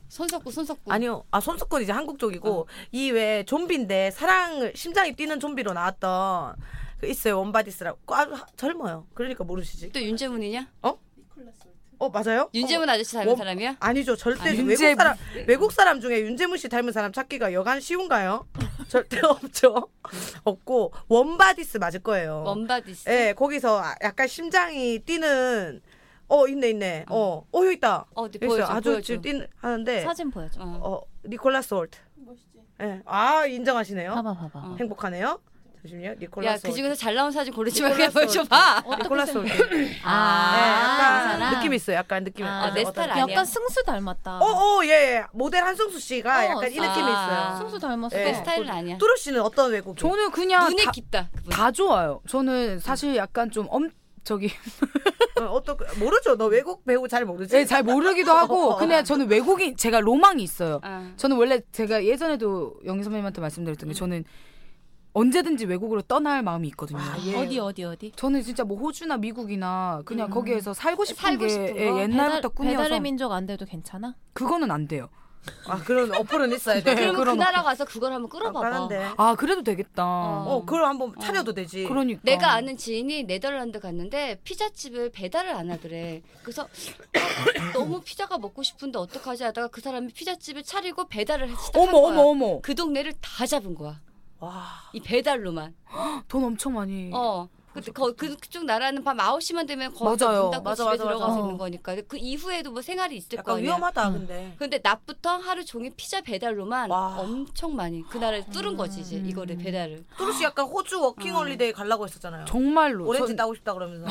[SPEAKER 2] 손석구, 손석구.
[SPEAKER 1] 아니요 아 손수건 이제 한국 쪽이고
[SPEAKER 2] 어.
[SPEAKER 1] 이외 에 좀비인데 사랑을 심장이 뛰는 좀비로 나왔던 그 있어요 원바디스라고 아주 하- 젊어요 그러니까 모르시지
[SPEAKER 2] 또 윤재문이냐?
[SPEAKER 1] 어 맞아요
[SPEAKER 2] 윤재문 아저씨 닮은
[SPEAKER 1] 원-
[SPEAKER 2] 사람이야?
[SPEAKER 1] 아니죠 절대
[SPEAKER 2] 아,
[SPEAKER 1] 외국
[SPEAKER 4] 윤재문.
[SPEAKER 1] 사람 외국 사람 중에 윤재문 씨 닮은 사람 찾기가 여간 쉬운가요? 절대 없죠 없고 원바디스 맞을 거예요.
[SPEAKER 2] 원바디스.
[SPEAKER 1] 예 거기서 아- 약간 심장이 뛰는 어 있네 있네 어어 여기 있다
[SPEAKER 2] 음. 어, 네,
[SPEAKER 1] 여기
[SPEAKER 2] 보여줘,
[SPEAKER 1] 아주
[SPEAKER 2] 보여줘.
[SPEAKER 1] 지금 뛰는 하는데
[SPEAKER 3] 사진 보여줘.
[SPEAKER 2] 어.
[SPEAKER 1] 어 니콜라스 월트 예아 인정하시네요
[SPEAKER 3] 봐봐 봐봐.
[SPEAKER 2] 어. 행복하네요.
[SPEAKER 1] 행복하네요. 잠시만요.
[SPEAKER 2] 야,
[SPEAKER 1] 니콜라스.
[SPEAKER 2] 그 중에서 잘 나온 사진 고르지 말고
[SPEAKER 1] 니콜라스
[SPEAKER 2] 그냥 보여줘봐.
[SPEAKER 1] 어.
[SPEAKER 2] 어.
[SPEAKER 1] 니콜라스 올드.
[SPEAKER 3] 아,
[SPEAKER 1] 네,
[SPEAKER 3] 이
[SPEAKER 1] 약간
[SPEAKER 3] 사람.
[SPEAKER 1] 느낌 있어요. 약간 느낌.
[SPEAKER 3] 아,
[SPEAKER 2] 내 스타일 아, 아니야.
[SPEAKER 3] 약간 승수 닮았다.
[SPEAKER 1] 어어 예, 예. 모델 한승수 씨가
[SPEAKER 3] 어,
[SPEAKER 1] 약간 이 느낌이
[SPEAKER 2] 아.
[SPEAKER 1] 있어요.
[SPEAKER 3] 승수 닮았어.
[SPEAKER 1] 예.
[SPEAKER 2] 내 스타일은 아니야.
[SPEAKER 1] 뚜루 씨는 어떤 외국?
[SPEAKER 4] 저는 그냥
[SPEAKER 2] 눈이
[SPEAKER 4] 다,
[SPEAKER 2] 깊다. 그분.
[SPEAKER 4] 다 좋아요. 저는 사실 약간 좀 엄, 저기,
[SPEAKER 1] 어떤 모르죠. 너 외국 배우 잘 모르지?
[SPEAKER 4] 네, 잘 모르기도 하고, 그냥 저는 외국인, 제가 로망이 있어요.
[SPEAKER 2] 아.
[SPEAKER 4] 저는 원래 제가 예전에도 영희 선배님한테 말씀드렸던 게 저는 언제든지 외국으로 떠날 마음이 있거든요.
[SPEAKER 1] 예.
[SPEAKER 3] 어디 어디 어디?
[SPEAKER 4] 저는 진짜 뭐 호주나 미국이나 그냥 거기에서 살고 싶은
[SPEAKER 2] 살고
[SPEAKER 4] 게
[SPEAKER 2] 싶은
[SPEAKER 4] 예,
[SPEAKER 2] 거?
[SPEAKER 4] 옛날부터
[SPEAKER 3] 배달,
[SPEAKER 4] 꿈이어서
[SPEAKER 3] 배달의 민족 안 돼도 괜찮아?
[SPEAKER 4] 그거는 안 돼요.
[SPEAKER 1] 아 그런 어플은 있어야 돼.
[SPEAKER 4] 네,
[SPEAKER 2] 그러면
[SPEAKER 4] 그럼.
[SPEAKER 2] 그 나라 가서 그걸 한번 끌어봐봐.
[SPEAKER 1] 아까는데.
[SPEAKER 4] 아 그래도 되겠다.
[SPEAKER 2] 어.
[SPEAKER 1] 어 그걸 한번 차려도 되지.
[SPEAKER 4] 그러니까.
[SPEAKER 2] 내가 아는 지인이 네덜란드 갔는데 피자집을 배달을 안 하더래. 그래서 어, 너무 피자가 먹고 싶은데 어떡하지 하다가 그 사람이 피자집을 차리고 배달을 시작한
[SPEAKER 4] 어머
[SPEAKER 2] 거야.
[SPEAKER 4] 어머 어머.
[SPEAKER 2] 그 동네를 다 잡은 거야.
[SPEAKER 1] 와.
[SPEAKER 2] 이 배달로만.
[SPEAKER 4] 돈 엄청 많이.
[SPEAKER 2] 어. 그, 그, 그, 그쪽 나라는 밤 9시만 되면 거의 다
[SPEAKER 4] 맞아요.
[SPEAKER 2] 문 닫고
[SPEAKER 1] 맞아,
[SPEAKER 2] 집에
[SPEAKER 1] 맞아,
[SPEAKER 2] 들어가서
[SPEAKER 1] 맞아.
[SPEAKER 2] 있는 거니까. 그 이후에도 뭐 생활이 있을 거
[SPEAKER 1] 약간
[SPEAKER 2] 아니야.
[SPEAKER 1] 위험하다 근데.
[SPEAKER 2] 근데 낮부터 하루 종일 피자 배달로만
[SPEAKER 1] 와.
[SPEAKER 2] 엄청 많이 그 나라에 뚫은 거지 이제 이거를 배달을.
[SPEAKER 1] 뚜루씨 약간 호주
[SPEAKER 2] 음.
[SPEAKER 1] 워킹홀리데이 가려고 했었잖아요.
[SPEAKER 4] 정말로.
[SPEAKER 1] 오렌지
[SPEAKER 4] 전-
[SPEAKER 1] 따고 싶다 그러면서.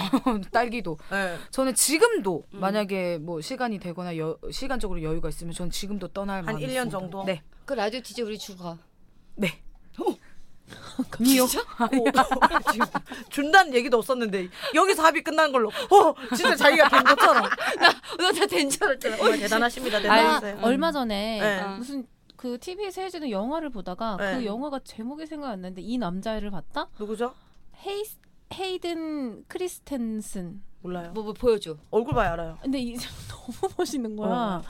[SPEAKER 4] 딸기도.
[SPEAKER 1] 네.
[SPEAKER 4] 저는 지금도 만약에 뭐 시간이 되거나 여, 시간적으로 여유가 있으면 저는 지금도 떠날
[SPEAKER 1] 한
[SPEAKER 4] 마음이
[SPEAKER 1] 1년
[SPEAKER 4] 있습니다.
[SPEAKER 1] 정도?
[SPEAKER 4] 네.
[SPEAKER 2] 그 라디오 DJ 우리 주가.
[SPEAKER 4] 네.
[SPEAKER 3] 미요.
[SPEAKER 1] 어, 지금 준다는 얘기도 없었는데 여기서 합의 끝난 걸로. 어, 진짜 자기가 된 것처럼.
[SPEAKER 2] 나나된줄 알았잖아.
[SPEAKER 1] 정말 대단하십니다.
[SPEAKER 3] 아,
[SPEAKER 1] 대단하세요.
[SPEAKER 3] 얼마 전에
[SPEAKER 1] 네.
[SPEAKER 2] 아.
[SPEAKER 3] 무슨 그 TV에서 해주는 영화를 보다가
[SPEAKER 1] 네.
[SPEAKER 3] 그 영화가 제목이 생각이 안 나는데 이 남자애를 봤다?
[SPEAKER 1] 누구죠?
[SPEAKER 3] 헤이 헤이든 크리스텐슨.
[SPEAKER 1] 몰라요.
[SPEAKER 2] 뭐, 뭐 보여줘.
[SPEAKER 1] 얼굴 봐야 알아요.
[SPEAKER 3] 근데 이 사람 너무 멋있는 거야.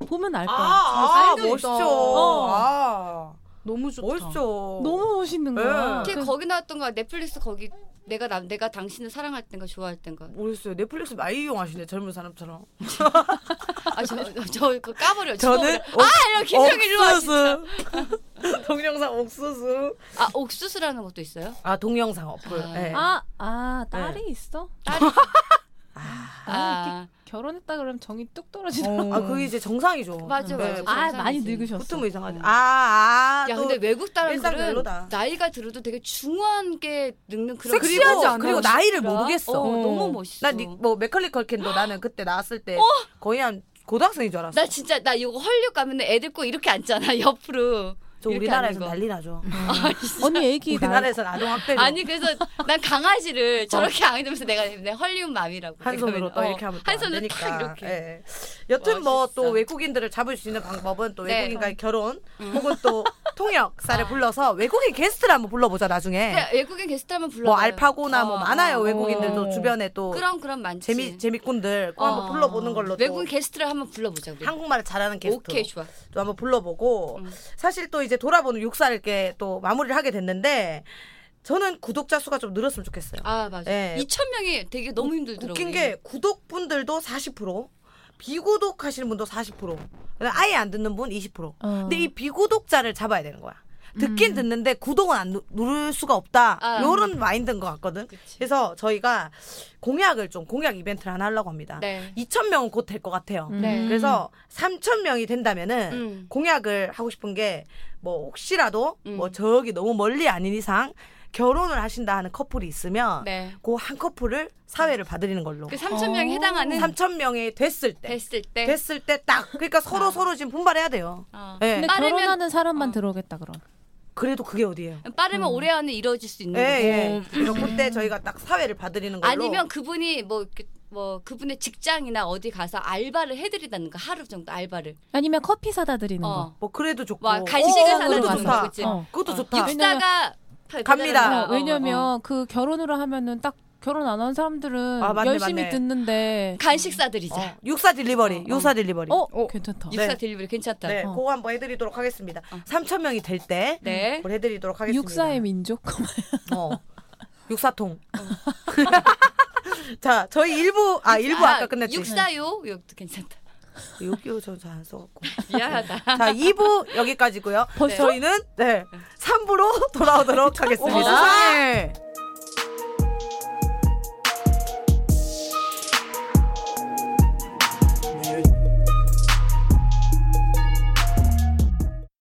[SPEAKER 3] 보면 알
[SPEAKER 1] 아,
[SPEAKER 3] 거야.
[SPEAKER 1] 아,
[SPEAKER 4] 잘생겨
[SPEAKER 1] 멋있죠.
[SPEAKER 4] 있다.
[SPEAKER 3] 어.
[SPEAKER 1] 아,
[SPEAKER 4] 너무 좋다.
[SPEAKER 1] 멋있죠.
[SPEAKER 3] 너무 멋있는 거야.
[SPEAKER 1] 네.
[SPEAKER 2] 걔
[SPEAKER 3] 그-
[SPEAKER 2] 거기 나왔던 거야. 넷플릭스 거기 내가 남 내가 당신을 사랑할 땐가 좋아할 땐가.
[SPEAKER 1] 모르겠어요. 넷플릭스 많이 이용하시네 젊은 사람처럼.
[SPEAKER 2] 아저저 그거 까버려.
[SPEAKER 1] 저는
[SPEAKER 2] 죽어버려.
[SPEAKER 1] 옥,
[SPEAKER 2] 아 이런 김정일 일로 와. 진짜.
[SPEAKER 1] 동영상 옥수수.
[SPEAKER 2] 아 옥수수라는 것도 있어요?
[SPEAKER 1] 아 동영상 어플.
[SPEAKER 2] 아.
[SPEAKER 1] 네.
[SPEAKER 3] 아, 아, 딸이 있어?
[SPEAKER 2] 아
[SPEAKER 3] 결혼했다 그러면 정이 뚝 떨어지다.
[SPEAKER 4] 어.
[SPEAKER 1] 아 그게 이제 정상이죠.
[SPEAKER 2] 맞아 맞아.
[SPEAKER 3] 아,
[SPEAKER 2] 정상이지.
[SPEAKER 3] 많이 늙으셨어.
[SPEAKER 1] 보통은 이상하지. 아, 아,
[SPEAKER 2] 야
[SPEAKER 1] 또
[SPEAKER 2] 근데 외국
[SPEAKER 1] 일상
[SPEAKER 2] 사람들은
[SPEAKER 1] 별로다.
[SPEAKER 2] 나이가 들어도 되게 중후한 게 늙는 그런
[SPEAKER 4] 섹시하지
[SPEAKER 1] 그리고-
[SPEAKER 4] 않아요?
[SPEAKER 1] 그리고 나이를
[SPEAKER 2] 그런-
[SPEAKER 1] 모르겠어.
[SPEAKER 2] 어,
[SPEAKER 4] 어.
[SPEAKER 2] 너무 멋있어. 어? 나,
[SPEAKER 1] 나뭐 맥컬리 컬킨도 나는 그때 나왔을 때 거의 한 고등학생인 줄 알았어.
[SPEAKER 2] 진짜 나 이거 헐류 가면 애들 꼭 이렇게 앉잖아 옆으로.
[SPEAKER 1] 저
[SPEAKER 2] 이렇게
[SPEAKER 1] 우리나라에서
[SPEAKER 2] 앉는 거. 아,
[SPEAKER 1] 난리 나죠.
[SPEAKER 3] 언니 애기 나
[SPEAKER 1] 우리나라에서 아동 학대죠.
[SPEAKER 2] 아니 그러니까 그래서 난 강아지를 저렇게 안으면서 내가 내 헐리우드 맘이라고
[SPEAKER 1] 어.
[SPEAKER 2] 어,
[SPEAKER 1] 한 손으로 또 이렇게 하면 또
[SPEAKER 2] 그러니까. 한
[SPEAKER 1] 안
[SPEAKER 2] 손으로
[SPEAKER 1] 되니까.
[SPEAKER 2] 탁 이렇게
[SPEAKER 1] 예. 여튼 뭐
[SPEAKER 2] 멋있어.
[SPEAKER 1] 또 외국인들을 잡을 수 있는 방법은 또
[SPEAKER 2] 네. 음.
[SPEAKER 1] 외국인과의 결혼 혹은 또 통역사를 불러서 외국인 게스트를 한번 불러보자 나중에.
[SPEAKER 2] 그래, 외국인 게스트 한번 네. 불러.
[SPEAKER 1] 뭐 알파고나 뭐 많아요 외국인들도
[SPEAKER 4] 어.
[SPEAKER 1] 주변에 또
[SPEAKER 2] 그럼 그럼 많지.
[SPEAKER 1] 재미 재미꾼들 꼭
[SPEAKER 2] 어.
[SPEAKER 1] 한번 불러보는 걸로 또
[SPEAKER 2] 외국인 게스트를 한번 불러보자 우리.
[SPEAKER 1] 한국말을 잘하는 게스트
[SPEAKER 2] 오케이 좋아.
[SPEAKER 1] 또 한번 불러보고
[SPEAKER 2] 음.
[SPEAKER 1] 사실 또 이제 돌아보는 육사를 이렇게 또 마무리를 하게 됐는데 저는 구독자 수가 좀 늘었으면 좋겠어요.
[SPEAKER 2] 아 맞아.
[SPEAKER 1] 예.
[SPEAKER 2] 2천 명이 되게 너무 힘들더라고.
[SPEAKER 1] 웃긴 게 구독분들도 40% 비구독 하시는 분도 40% 그다음에 아예 안 듣는 분 20%
[SPEAKER 2] 어.
[SPEAKER 1] 근데 이 비구독자를 잡아야 되는 거야. 듣긴 듣는데 구독은 안 누- 누를 수가 없다.
[SPEAKER 2] 음. 아.
[SPEAKER 1] 요런 마인드인 것 같거든.
[SPEAKER 2] 그치.
[SPEAKER 1] 그래서 저희가 공약을 좀 공약 이벤트를 하나 하려고 합니다.
[SPEAKER 2] 네.
[SPEAKER 1] 2,000명은 곧 될 것 같아요.
[SPEAKER 2] 네.
[SPEAKER 1] 음. 그래서 3,000명이 된다면은
[SPEAKER 2] 음.
[SPEAKER 1] 공약을 하고 싶은 게 뭐 혹시라도
[SPEAKER 2] 음.
[SPEAKER 1] 뭐 저기 너무 멀리 아닌 이상 결혼을 하신다 하는 커플이 있으면
[SPEAKER 2] 네.
[SPEAKER 1] 그 한 커플을 사회를 봐드리는 걸로.
[SPEAKER 2] 그 3천 명에 해당하는
[SPEAKER 1] 3,000명이 됐을 때.
[SPEAKER 2] 됐을 때. 아.
[SPEAKER 1] 됐을 때 딱 그러니까 서로 서로 지금 분발해야 돼요.
[SPEAKER 2] 어.
[SPEAKER 1] 예.
[SPEAKER 3] 근데
[SPEAKER 2] 빠르면-
[SPEAKER 3] 결혼하는 사람만
[SPEAKER 2] 어.
[SPEAKER 3] 들어오겠다 그럼.
[SPEAKER 1] 그래도 그게 어디예요?
[SPEAKER 2] 빠르면 올해 안에 이루어질 수 있는.
[SPEAKER 1] 음. 예,
[SPEAKER 2] 거고.
[SPEAKER 1] 예. 그래서 그때 저희가 딱 사회를 봐드리는 걸로.
[SPEAKER 2] 음. 아니면 그분이 뭐 이렇게 뭐 그분의 직장이나 어디 가서 알바를 해드리다는가 하루 정도 알바를.
[SPEAKER 3] 아니면 커피 사다 드리는 거.
[SPEAKER 2] 어.
[SPEAKER 1] 뭐 그래도 좋고.
[SPEAKER 2] 와 간식을
[SPEAKER 1] 어,
[SPEAKER 2] 사는
[SPEAKER 1] 그것도
[SPEAKER 2] 거
[SPEAKER 3] 가서
[SPEAKER 1] 좋다.
[SPEAKER 2] 그치?
[SPEAKER 3] 어.
[SPEAKER 1] 그것도
[SPEAKER 2] 어,
[SPEAKER 1] 좋다.
[SPEAKER 2] 육사가 파-
[SPEAKER 1] 갑니다.
[SPEAKER 2] 어, 어,
[SPEAKER 3] 왜냐면
[SPEAKER 2] 어.
[SPEAKER 3] 그 결혼으로 하면은 딱 결혼 안 한 사람들은
[SPEAKER 1] 아, 맞네,
[SPEAKER 3] 열심히
[SPEAKER 1] 맞네.
[SPEAKER 3] 듣는데
[SPEAKER 2] 간식 사드리자.
[SPEAKER 1] 어, 육사 딜리버리, 육사 딜리버리.
[SPEAKER 3] 어,
[SPEAKER 4] 어.
[SPEAKER 3] 괜찮다.
[SPEAKER 2] 육사
[SPEAKER 1] 네.
[SPEAKER 2] 딜리버리 괜찮다.
[SPEAKER 1] 네,
[SPEAKER 3] 어.
[SPEAKER 1] 그거 한번 해드리도록 하겠습니다. 3천 명이 될 때
[SPEAKER 2] 네.
[SPEAKER 1] 그걸 해드리도록 하겠습니다.
[SPEAKER 3] 육사의 민족.
[SPEAKER 1] 어. 육사통. 자, 저희 일부 아 일부
[SPEAKER 2] 아,
[SPEAKER 1] 아, 까 끝냈지.
[SPEAKER 2] 육사요. 이것도 괜찮다.
[SPEAKER 1] 여기요 저잘안 써갖고.
[SPEAKER 2] 미안하다.
[SPEAKER 1] 자, 2부 여기까지고요.
[SPEAKER 3] 벌써? 어,
[SPEAKER 1] 저희는 네 3부로 돌아오도록 하겠습니다.
[SPEAKER 4] 세상에.